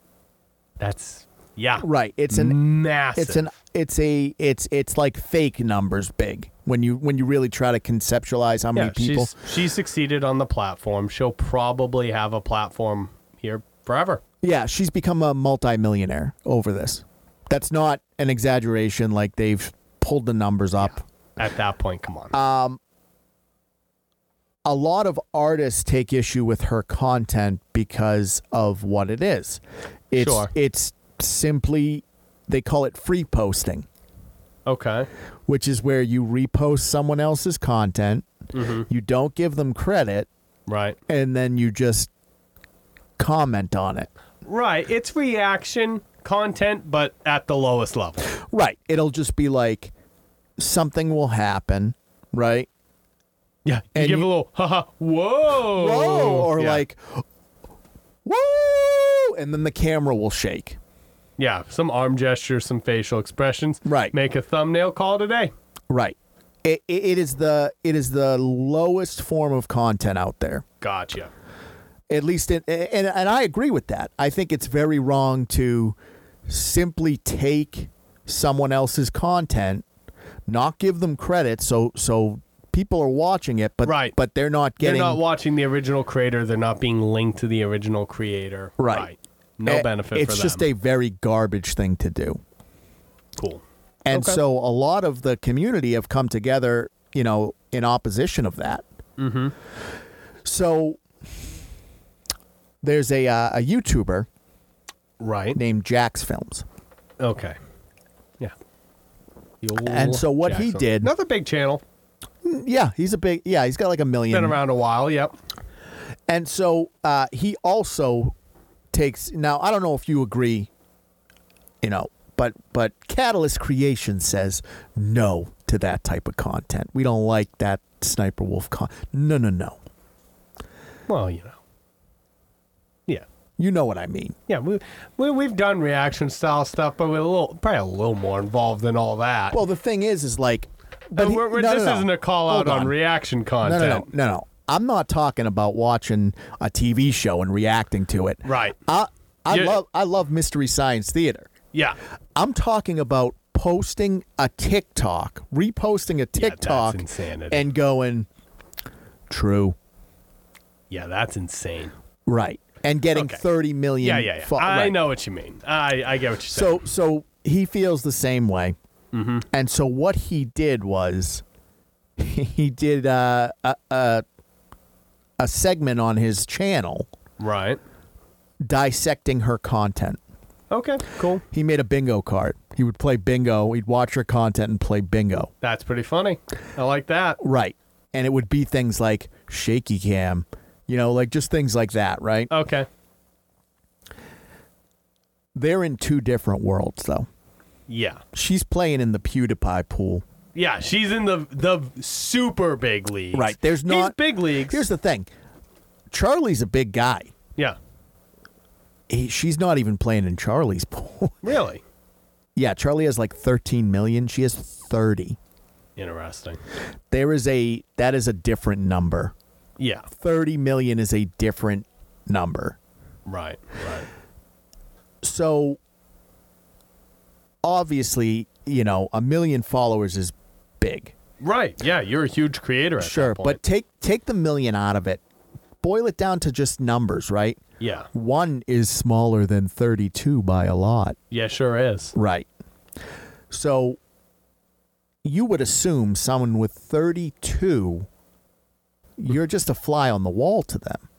B: That's yeah,
A: Right. It's an
B: massive.
A: it's an it's a it's it's like fake numbers big when you when you really try to conceptualize how many
B: yeah,
A: people.
B: She's, she succeeded on the platform. She'll probably have a platform here forever.
A: Yeah, she's become a multimillionaire over this. That's not an exaggeration like they've pulled the numbers up.
B: At that point, come on.
A: Uh, a lot of artists take issue with her content because of what it is. It's
B: Sure.
A: it's simply they call it free posting,
B: okay.
A: which is where you repost someone else's content,
B: Mm-hmm.
A: you don't give them credit,
B: Right.
A: and then you just comment on it.
B: Right. It's reaction content, but at the lowest level.
A: Right. It'll just be like something will happen, right?
B: Yeah. You
A: And
B: give
A: you-
B: a little, haha, whoa.
A: Whoa, or
B: Oh, Yeah.
A: like woo and then the camera will shake.
B: yeah, some arm gestures, some facial expressions.
A: Right.
B: Make a thumbnail call today.
A: Right. It, it, it is the it is the lowest form of content out there.
B: Gotcha.
A: At least, in, and and I agree with that. I think it's very wrong to simply take someone else's content, not give them credit. So so people are watching it, but
B: Right.
A: but they're not
B: They're
A: getting
B: not watching the original creator. They're not being linked to the original creator.
A: Right.
B: No
A: Eh,
B: benefit
A: It's
B: for them.
A: just a very garbage thing to do.
B: cool.
A: And
B: Okay.
A: so a lot of the community have come together, you know, in opposition of that. Mm-hmm. So there's a uh, a YouTuber
B: Right.
A: named Jax Films,
B: Okay. Yeah. The old
A: And so what he did-
B: Another big channel.
A: yeah, he's a big, yeah, he's got like a million.
B: Been around a while. Yep.
A: And so uh, he also takes. Now I don't know if you agree, you know, but but Catalyst Creation says no, to that type of content. We don't like that sniper wolf con. No, no, no.
B: Well, you know. Yeah.
A: You know what I mean.
B: Yeah, we, we we've done reaction style stuff, but we're a little probably a little more involved than all that.
A: Well, the thing is, is like,
B: Uh,
A: but he-
B: we're- we're-
A: no, no,
B: this
A: no.
B: isn't a call
A: Hold
B: out on.
A: on.
B: reaction
A: No,
B: content.
A: no, no, no, no. I'm not talking about watching a TV show and reacting to it.
B: Right.
A: I I
B: You're-
A: love I love mystery science theater.
B: Yeah.
A: I'm talking about posting a TikTok, reposting a
B: that's
A: TikTok,
B: insanity.
A: and going true,
B: Yeah, that's insane.
A: right, and getting
B: Okay.
A: 30 million.
B: Yeah, yeah, yeah.
A: fo-
B: I
A: right.
B: know what you mean. I, I get what you're saying.
A: So so he feels the same way,
B: Mm-hmm.
A: and so what he did was he did uh, a a a segment on his channel
B: right.
A: dissecting her content.
B: Okay. Cool.
A: He made a bingo card. He would play bingo. He'd watch her content and play bingo.
B: That's pretty funny. I like that.
A: Right. And it would be things like shaky cam, you know, like just things like that, right?
B: Okay.
A: They're in two different worlds, though.
B: Yeah.
A: She's playing in the PewDiePie pool.
B: Yeah. She's in the the super big leagues.
A: Right, there's
B: He's
A: not-
B: big leagues.
A: Here's the thing Charlie's a big guy.
B: yeah.
A: He, she's not even playing in Charlie's pool.
B: Really
A: yeah, Charlie has like 13 million. She has 30.
B: interesting.
A: There is a, that is a different number.
B: Yeah.
A: 30 million is a different number.
B: Right. Right.
A: so obviously, you know, a million followers is big.
B: Right. Yeah. You're a huge creator. At that
A: Sure,
B: point.
A: but take take the million out of it. Boil it down to just numbers, right?
B: yeah.
A: 1 is smaller than 32 by a lot.
B: Yeah. Sure is.
A: Right. So you would assume someone with 32 you're just a fly on the wall to them.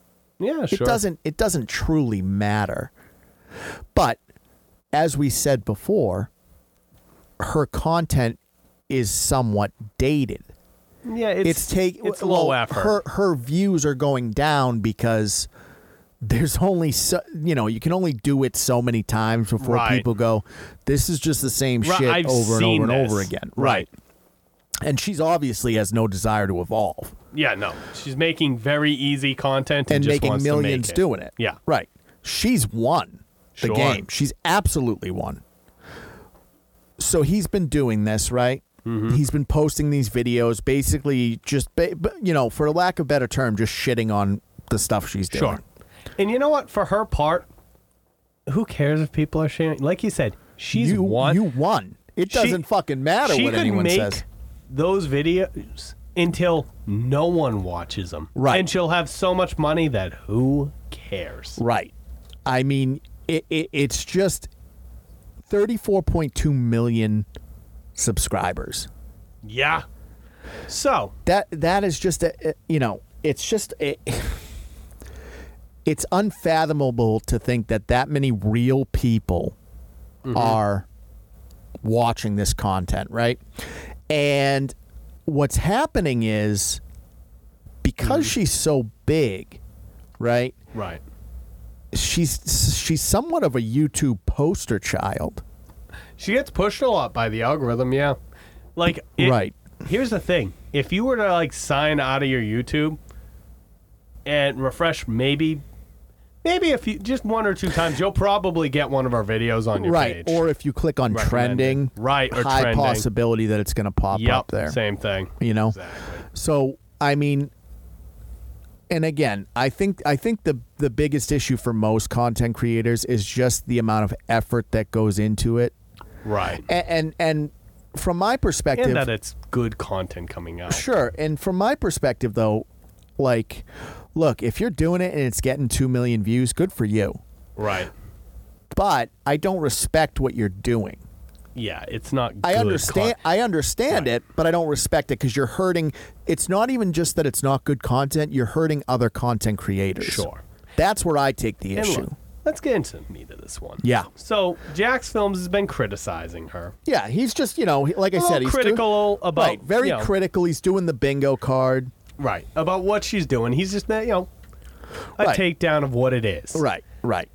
B: Yeah. Sure.
A: It doesn't it doesn't truly matter. But as we said before, her content is somewhat dated.
B: Yeah. It's
A: It's, take
B: it's low
A: well,
B: effort.
A: Her her views are going down because there's only so, you know you can only do it so many times before
B: Right.
A: people go this is just the same
B: Right,
A: shit
B: I've
A: over and
B: seen
A: over and over
B: this.
A: again
B: Right.
A: and she's obviously has no desire to evolve
B: Yeah, no. She's making very easy content and,
A: and
B: just
A: making
B: wants
A: millions
B: to make it.
A: doing it.
B: Yeah.
A: Right. She's won the
B: Sure.
A: game. She's absolutely won. So he's been doing this, right?
B: Mm-hmm.
A: He's been posting these videos, basically just, ba- b- you know, for lack of better term, just shitting on the stuff she's doing.
B: Sure. And you know what? For her part, who cares if people are sharing? Like you said, she's
A: you
B: one.
A: You won. It
B: She-
A: doesn't fucking matter
B: she
A: what
B: could
A: anyone
B: make
A: says.
B: those videos until no one watches them.
A: Right.
B: And she'll have so much money that who cares?
A: Right. I mean, it, it, it's just 34.2 million subscribers.
B: Yeah. So,
A: that that is just a you know it's just a, it's unfathomable to think that that many real people
B: Mm-hmm.
A: are watching this content right and what's happening is because
B: Mm.
A: she's so big right
B: right.
A: she's she's somewhat of a youtube poster child
B: She gets pushed a lot by the algorithm, yeah. Like it-
A: Right.
B: Here's the thing. If you were to like sign out of your YouTube and refresh maybe maybe if you just one or two times, you'll probably get one of our videos on your
A: right
B: page.
A: or if you click on trending
B: Recommended. Right, or
A: high
B: trending.
A: possibility that it's going to pop
B: yep,
A: up there
B: Same thing.
A: you know
B: Exactly.
A: So I mean, and again, I think I think the the biggest issue for most content creators is just the amount of effort that goes into it,
B: Right.
A: and and, and from my perspective, Oh,
B: And that it's good content coming out.
A: sure. And from my perspective, though, like, look, if you're doing it and it's getting two million views, good for you.
B: Right.
A: But I don't respect what you're doing.
B: Yeah, it's not good
A: I understand.
B: con-
A: I understand
B: Right.
A: it, but I don't respect it because you're hurting. It's not even just that it's not good content. You're hurting other content creators.
B: Sure.
A: that's where I take the
B: And
A: issue.
B: look, let's get into the meat of this one.
A: Yeah.
B: So Jax Films has been criticizing her.
A: yeah, he's just you know, he- like I
B: A little
A: said, he's doing-
B: critical about,
A: right, very
B: you know,
A: critical. He's doing the bingo card,
B: Right. About what she's doing. He's just, you know, a
A: Right.
B: takedown of what it is.
A: right, right,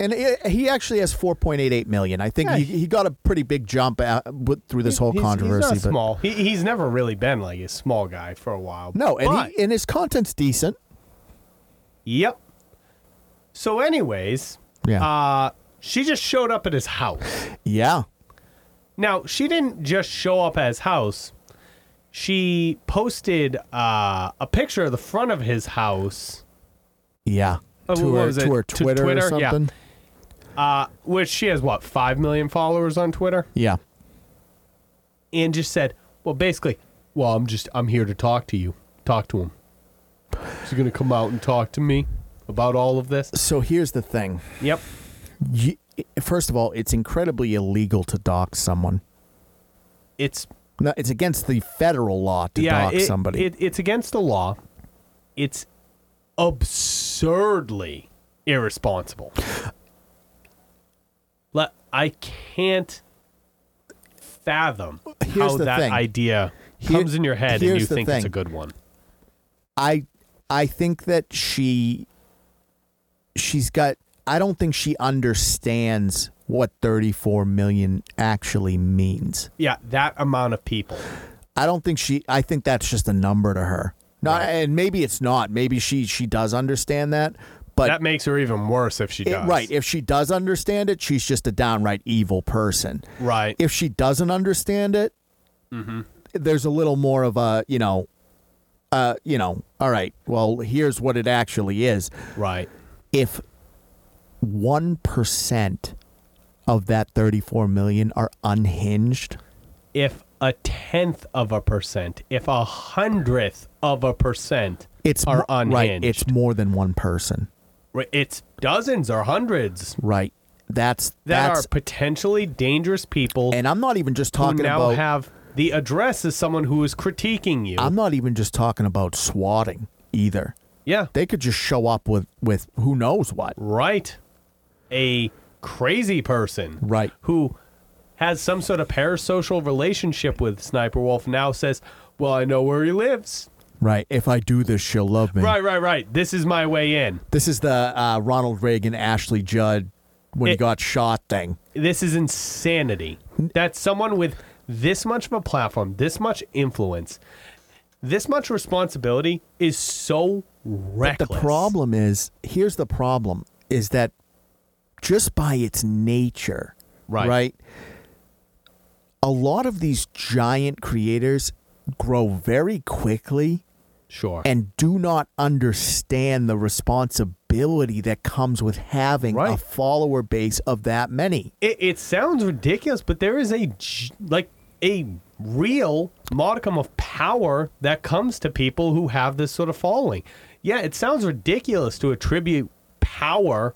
A: and he- he actually has 4.88 million. I think
B: Yeah.
A: he, he got a pretty big jump out with- through this whole
B: He's-
A: controversy.
B: He's
A: but
B: not small. He, he's never really been like a small guy for a while.
A: no, and
B: But-
A: he, and his content's decent.
B: yep. So, anyways,
A: Yeah,
B: uh, she just showed up at his house.
A: yeah,
B: Now, she didn't just show up at his house. She posted uh, a picture of the front of his house,
A: yeah.
B: Uh,
A: to,
B: what
A: her,
B: was it?
A: to her
B: To
A: Twitter, or
B: Twitter? Yeah.
A: something.
B: uh, which she has what five million followers on Twitter,
A: Yeah.
B: and just said, "Well, basically, well, I'm just I'm here to talk to you. Talk to him. Is he gonna come out and talk to me about all of this?"
A: So here's the thing.
B: Yep.
A: You, first of all, it's incredibly illegal to dox someone.
B: It's
A: No, it's against the federal law to
B: yeah,
A: dox
B: it-
A: somebody.
B: It, it's against the law. It's absurdly irresponsible. Let I can't fathom
A: Here's
B: how
A: the
B: that
A: thing.
B: idea
A: Here-
B: comes in your head and
A: here's
B: you
A: the
B: think it's a
A: thing.
B: good one.
A: I I think that she she's got I don't think she understands what 34 million actually means.
B: Yeah, that amount of people.
A: I don't think she I think that's just a number to her. Not
B: Right.
A: and maybe it's not. Maybe she she does understand that, but
B: that makes her even worse if she
A: it-
B: does.
A: right, if she does understand it, she's just a downright evil person.
B: right.
A: If she doesn't understand it,
B: Mm-hmm.
A: there's a little more of a, you know, uh, you know, all right. Well, here's what it actually is.
B: right.
A: if 1% of that 34 million are unhinged,
B: If a tenth of a percent, if a hundredth of a percent
A: it's
B: are
A: mo- Right,
B: unhinged.
A: it's more than one person.
B: Right, It's dozens or hundreds
A: Right. That's
B: that
A: that's
B: are potentially dangerous people
A: and I'm not even just
B: who
A: talking
B: now
A: about
B: have the address as someone who is critiquing you.
A: I'm not even just talking about swatting either.
B: yeah,
A: They could just show up with with who knows what.
B: right. A crazy person
A: Right.
B: who has some sort of parasocial relationship with Sniper Wolf now says, Well, I know where he lives.
A: Right. If I do this, she'll love me.
B: Right, right, right. This is my way in.
A: This is the uh, Ronald Reagan Ashley Judd when he
B: It-
A: got shot thing.
B: This is insanity. That someone with this much of a platform, this much influence, this much responsibility is so reckless.
A: The problem is here's the problem is that just by its nature,
B: Right.
A: a lot of these giant creators grow very quickly
B: Sure.
A: and do not understand the responsibility that comes with having a
B: Right.
A: follower base of that many.
B: it, it sounds ridiculous, but there is a g- like a real modicum of power that comes to people who have this sort of following. Yeah, it sounds ridiculous to attribute power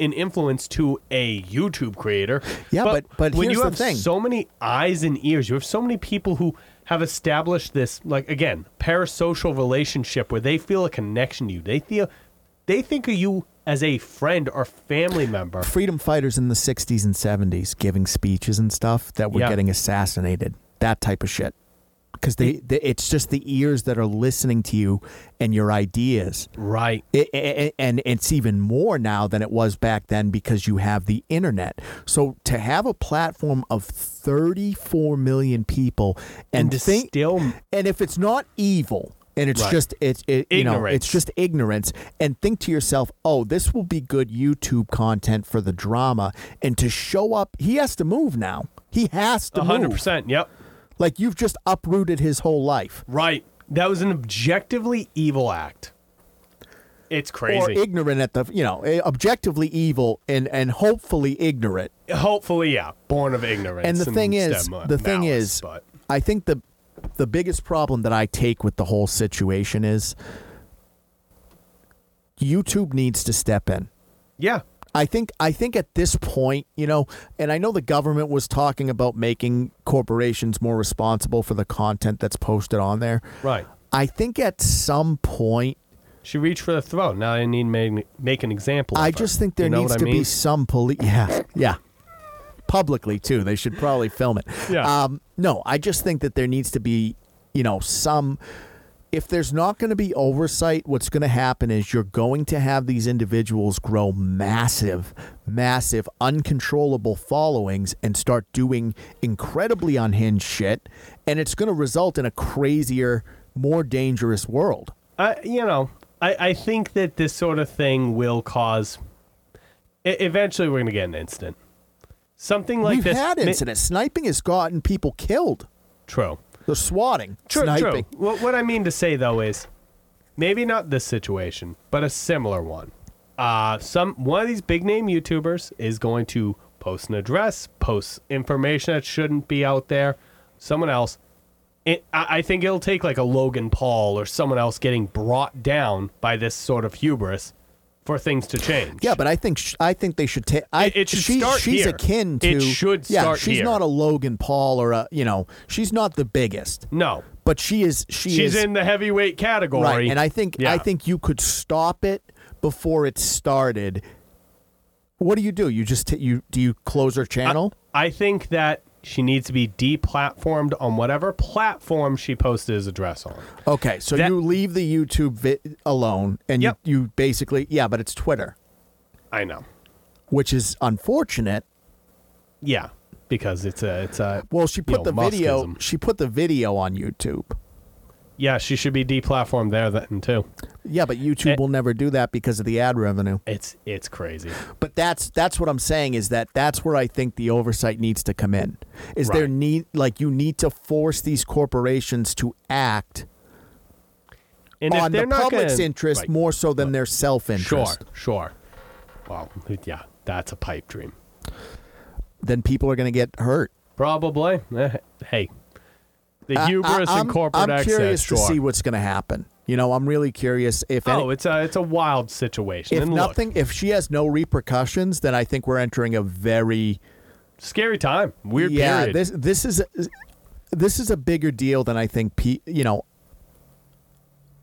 B: and influence to a YouTube creator.
A: Yeah, but- but
B: when
A: here's
B: you
A: the
B: have
A: thing.
B: so many eyes and ears, you have so many people who have established this like again parasocial relationship where they feel a connection to you. They feel they think of you as a friend or family member.
A: Freedom fighters in the 60s and 70s giving speeches and stuff that were
B: Yeah.
A: getting assassinated, that type of shit. Because they, they, it's just the ears that are listening to you and your ideas.
B: Right.
A: It, a- a- and it's even more now than it was back then because you have the internet. So to have a platform of 34 million people and,
B: to
A: think,
B: still
A: and if it's not evil and it's
B: Right.
A: just it's it, you know it's
B: Ignorance.
A: just ignorance and think to yourself, "Oh, this will be good YouTube content for the drama." And to show up, he has to move now. He has to
B: hundred
A: move.
B: percent. Yep.
A: Like you've just uprooted his whole life.
B: Right. That was an objectively evil act. It's
A: Or
B: crazy.
A: ignorant at the, you know, eh, objectively evil and and hopefully ignorant.
B: Hopefully, yeah. Born of ignorance.
A: And the thing is,
B: stem- uh,
A: the thing
B: malice,
A: is,
B: but
A: I think the the biggest problem that I take with the whole situation is YouTube needs to step in.
B: yeah,
A: I think I think at this point, you know, and I know the government was talking about making corporations more responsible for the content that's posted on there.
B: right.
A: I think at some point
B: She reached for the throne. Now I need to make, make an example.
A: I
B: of her.
A: just think there
B: You know
A: needs
B: what
A: to
B: I
A: be
B: mean?
A: some police. Yeah, yeah. Publicly too, they should probably film it.
B: Yeah.
A: Um, no, I just think that there needs to be, you know, some if there's not going to be oversight, what's going to happen is you're going to have these individuals grow massive, massive, uncontrollable followings and start doing incredibly unhinged shit. And it's going to result in a crazier, more dangerous world.
B: I, you know, I, I think that this sort of thing will cause. e- eventually, we're gonna get an incident. Something like
A: We've
B: this.
A: had
B: ma-
A: incidents. Sniping has gotten people killed.
B: True.
A: They're swatting.
B: True.
A: sniping.
B: True. What, what I mean to say though is, maybe not this situation, but a similar one. Uh, some one of these big name YouTubers is going to post an address, post information that shouldn't be out there. Someone else. It, I I think it'll take like a Logan Paul or someone else getting brought down by this sort of hubris for things to change.
A: Yeah, but I think sh- I think they should take.
B: It- it should
A: she's,
B: start
A: She's
B: here.
A: akin to.
B: It should
A: yeah,
B: start
A: she's
B: here.
A: not a Logan Paul or a you know. She's not the biggest,
B: no,
A: but she is. She
B: she's
A: is
B: in the heavyweight category.
A: right, and I think
B: Yeah.
A: I think you could stop it before it started. What do you do? You just t- you do you close her channel?
B: I think that she needs to be deplatformed on whatever platform she posted his address on.
A: okay, so
B: that-
A: you leave the YouTube vi- alone, and
B: Yep.
A: you, you basically yeah, but it's Twitter,
B: I know.
A: which is unfortunate.
B: Yeah, because it's a it's a
A: Well, she put
B: know,
A: the video.
B: Muskism.
A: She put the video on YouTube.
B: Yeah, she should be deplatformed there then too.
A: Yeah, but YouTube
B: Eh.
A: will never do that because of the ad revenue.
B: It's it's crazy.
A: But that's that's what I'm saying is that that's where I think the oversight needs to come in. Is there
B: Right.
A: need like you need to force these corporations to act
B: And if
A: on
B: they're
A: the
B: not
A: public's
B: gonna-
A: interest
B: right.
A: more so than their
B: Sure,
A: self-interest.
B: sure. Well, yeah, that's a pipe dream.
A: Then people are going to get hurt.
B: Probably. Eh, Hey, the hubris
A: I,
B: and corporate
A: I'm
B: access.
A: curious
B: sure.
A: to see what's going to happen. You know, I'm really curious if any-
B: oh, it's a it's a wild situation.
A: if
B: and look,
A: nothing if she has no repercussions, then I think we're entering a very
B: scary time, weird
A: yeah,
B: period.
A: this this is this is a bigger deal than I think. Pe- you know,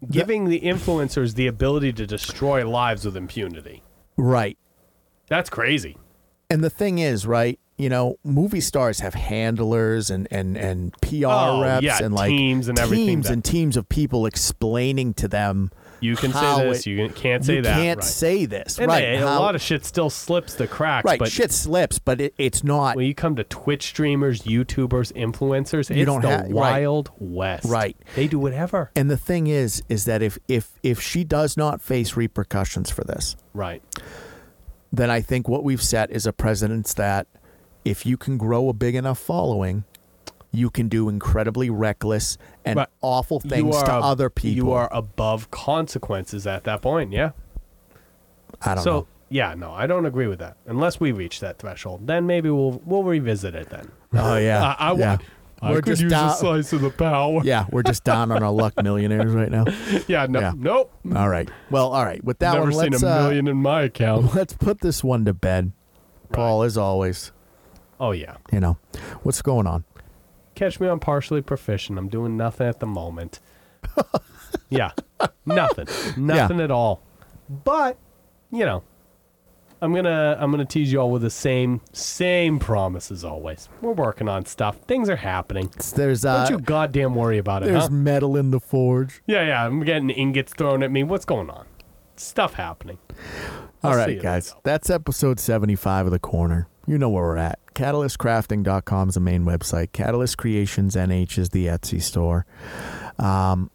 B: giving the influencers the ability to destroy lives with impunity.
A: right?
B: That's crazy.
A: And the thing is, right? You know, movie stars have handlers and and and PR
B: Oh,
A: reps
B: yeah,
A: and like
B: teams and everything
A: teams
B: that-
A: and teams of people explaining to them.
B: You can
A: how
B: say this.
A: it-
B: you can- can't say
A: you
B: that.
A: Can't
B: right.
A: say this,
B: And
A: right?
B: hey,
A: how-
B: a lot of shit still slips the cracks.
A: right
B: But
A: shit slips, but it, it's not
B: when you come to Twitch streamers, YouTubers, influencers, it's
A: don't
B: the
A: ha- right.
B: wild west.
A: Right.
B: They do whatever.
A: And the thing is, is that if if if she does not face repercussions for this,
B: Right.
A: then I think what we've set is a precedence that if you can grow a big enough following, you can do incredibly reckless and
B: Right.
A: awful
B: You
A: things
B: are
A: to
B: ab-
A: other people.
B: You are above consequences at that point. Yeah.
A: I don't
B: so
A: know.
B: yeah, no, I don't agree with that. Unless we reach that threshold, then maybe we'll we'll revisit it then.
A: Oh yeah,
B: uh, I, I, wa-
A: yeah.
B: I
A: We're
B: could
A: just
B: use
A: down-
B: a slice of the power.
A: yeah, we're just down on our luck, millionaires right now.
B: Yeah, no,
A: Yeah.
B: nope.
A: All right. Well, all right. With that
B: Never
A: one,
B: seen
A: let's
B: a
A: uh,
B: million in my account.
A: let's put this one to bed. Paul, as always,
B: Oh yeah.
A: you know what's going on.
B: Catch me on partially proficient. I'm doing nothing at the moment. yeah. Nothing. Nothing at all. But, you know, I'm going to I'm going to tease you all with the same same promise as always. We're working on stuff. Things are happening.
A: It's- There's uh,
B: Don't you goddamn worry about it,
A: there's
B: huh?
A: metal in the forge.
B: Yeah, yeah. I'm getting ingots thrown at me. What's going on? Stuff happening.
A: All
B: I'll
A: right,
B: see you
A: guys.
B: later.
A: That's episode 75 of The Corner. You know where we're at. CatalystCrafting.com is the main website. Catalyst Creations NH is the Etsy store. Um,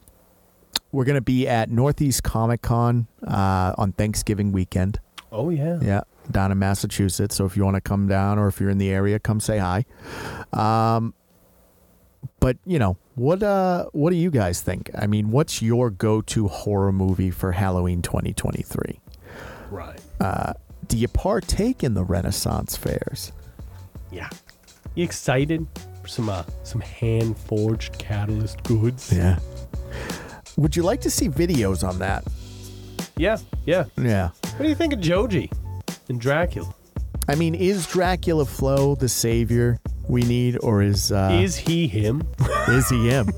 A: we're going to be at Northeast Comic Con uh, on Thanksgiving weekend.
B: Oh yeah.
A: Yeah, down in Massachusetts. So if you want to come down or if you're in the area, come say hi. Um, but you know what? Uh, what do you guys think? I mean, what's your go-to horror movie for Halloween 2023?
B: Right.
A: Do you partake in the Renaissance fairs?
B: Yeah. You excited for some uh, some hand forged catalyst goods?
A: Yeah. Would you like to see videos on that?
B: Yeah, yeah.
A: Yeah.
B: What do you think of Joji and Dracula?
A: I mean, is Dracula Flo the savior we need, or is uh,
B: Is he him?
A: Is he him?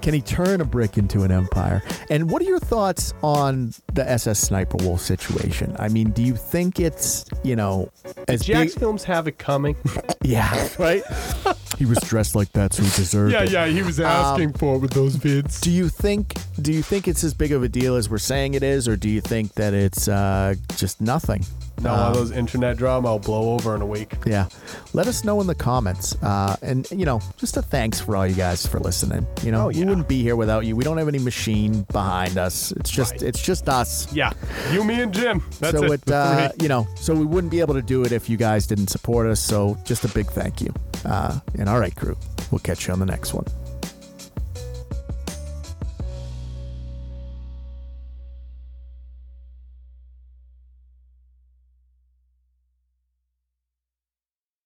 A: Can he turn a brick into an empire? And what are your thoughts on the SS Sniper Wolf situation? I mean, do you think it's you know as
B: Jack's
A: big?
B: films have it coming.
A: Yeah, right. He was dressed like that, so he deserved
B: Yeah,
A: it.
B: yeah, he was asking
A: Um,
B: for it with those bids.
A: Do you think do you think it's as big of a deal as we're saying it is, or do you think that it's uh, just nothing?
B: Now all those internet drama will blow over in a week.
A: Yeah. Let us know in the comments. Uh, and, you know, just a thanks for all you guys for listening. You know,
B: Oh,
A: we
B: yeah.
A: wouldn't be here without you. We don't have any machine behind us. It's just,
B: Right.
A: it's just us.
B: Yeah, you, me, and Jim. That's
A: so
B: it.
A: it, uh,
B: The three.
A: you know, so we wouldn't be able to do it if you guys didn't support us. So just a big thank you. Uh, and all right, crew, we'll catch you on the next one.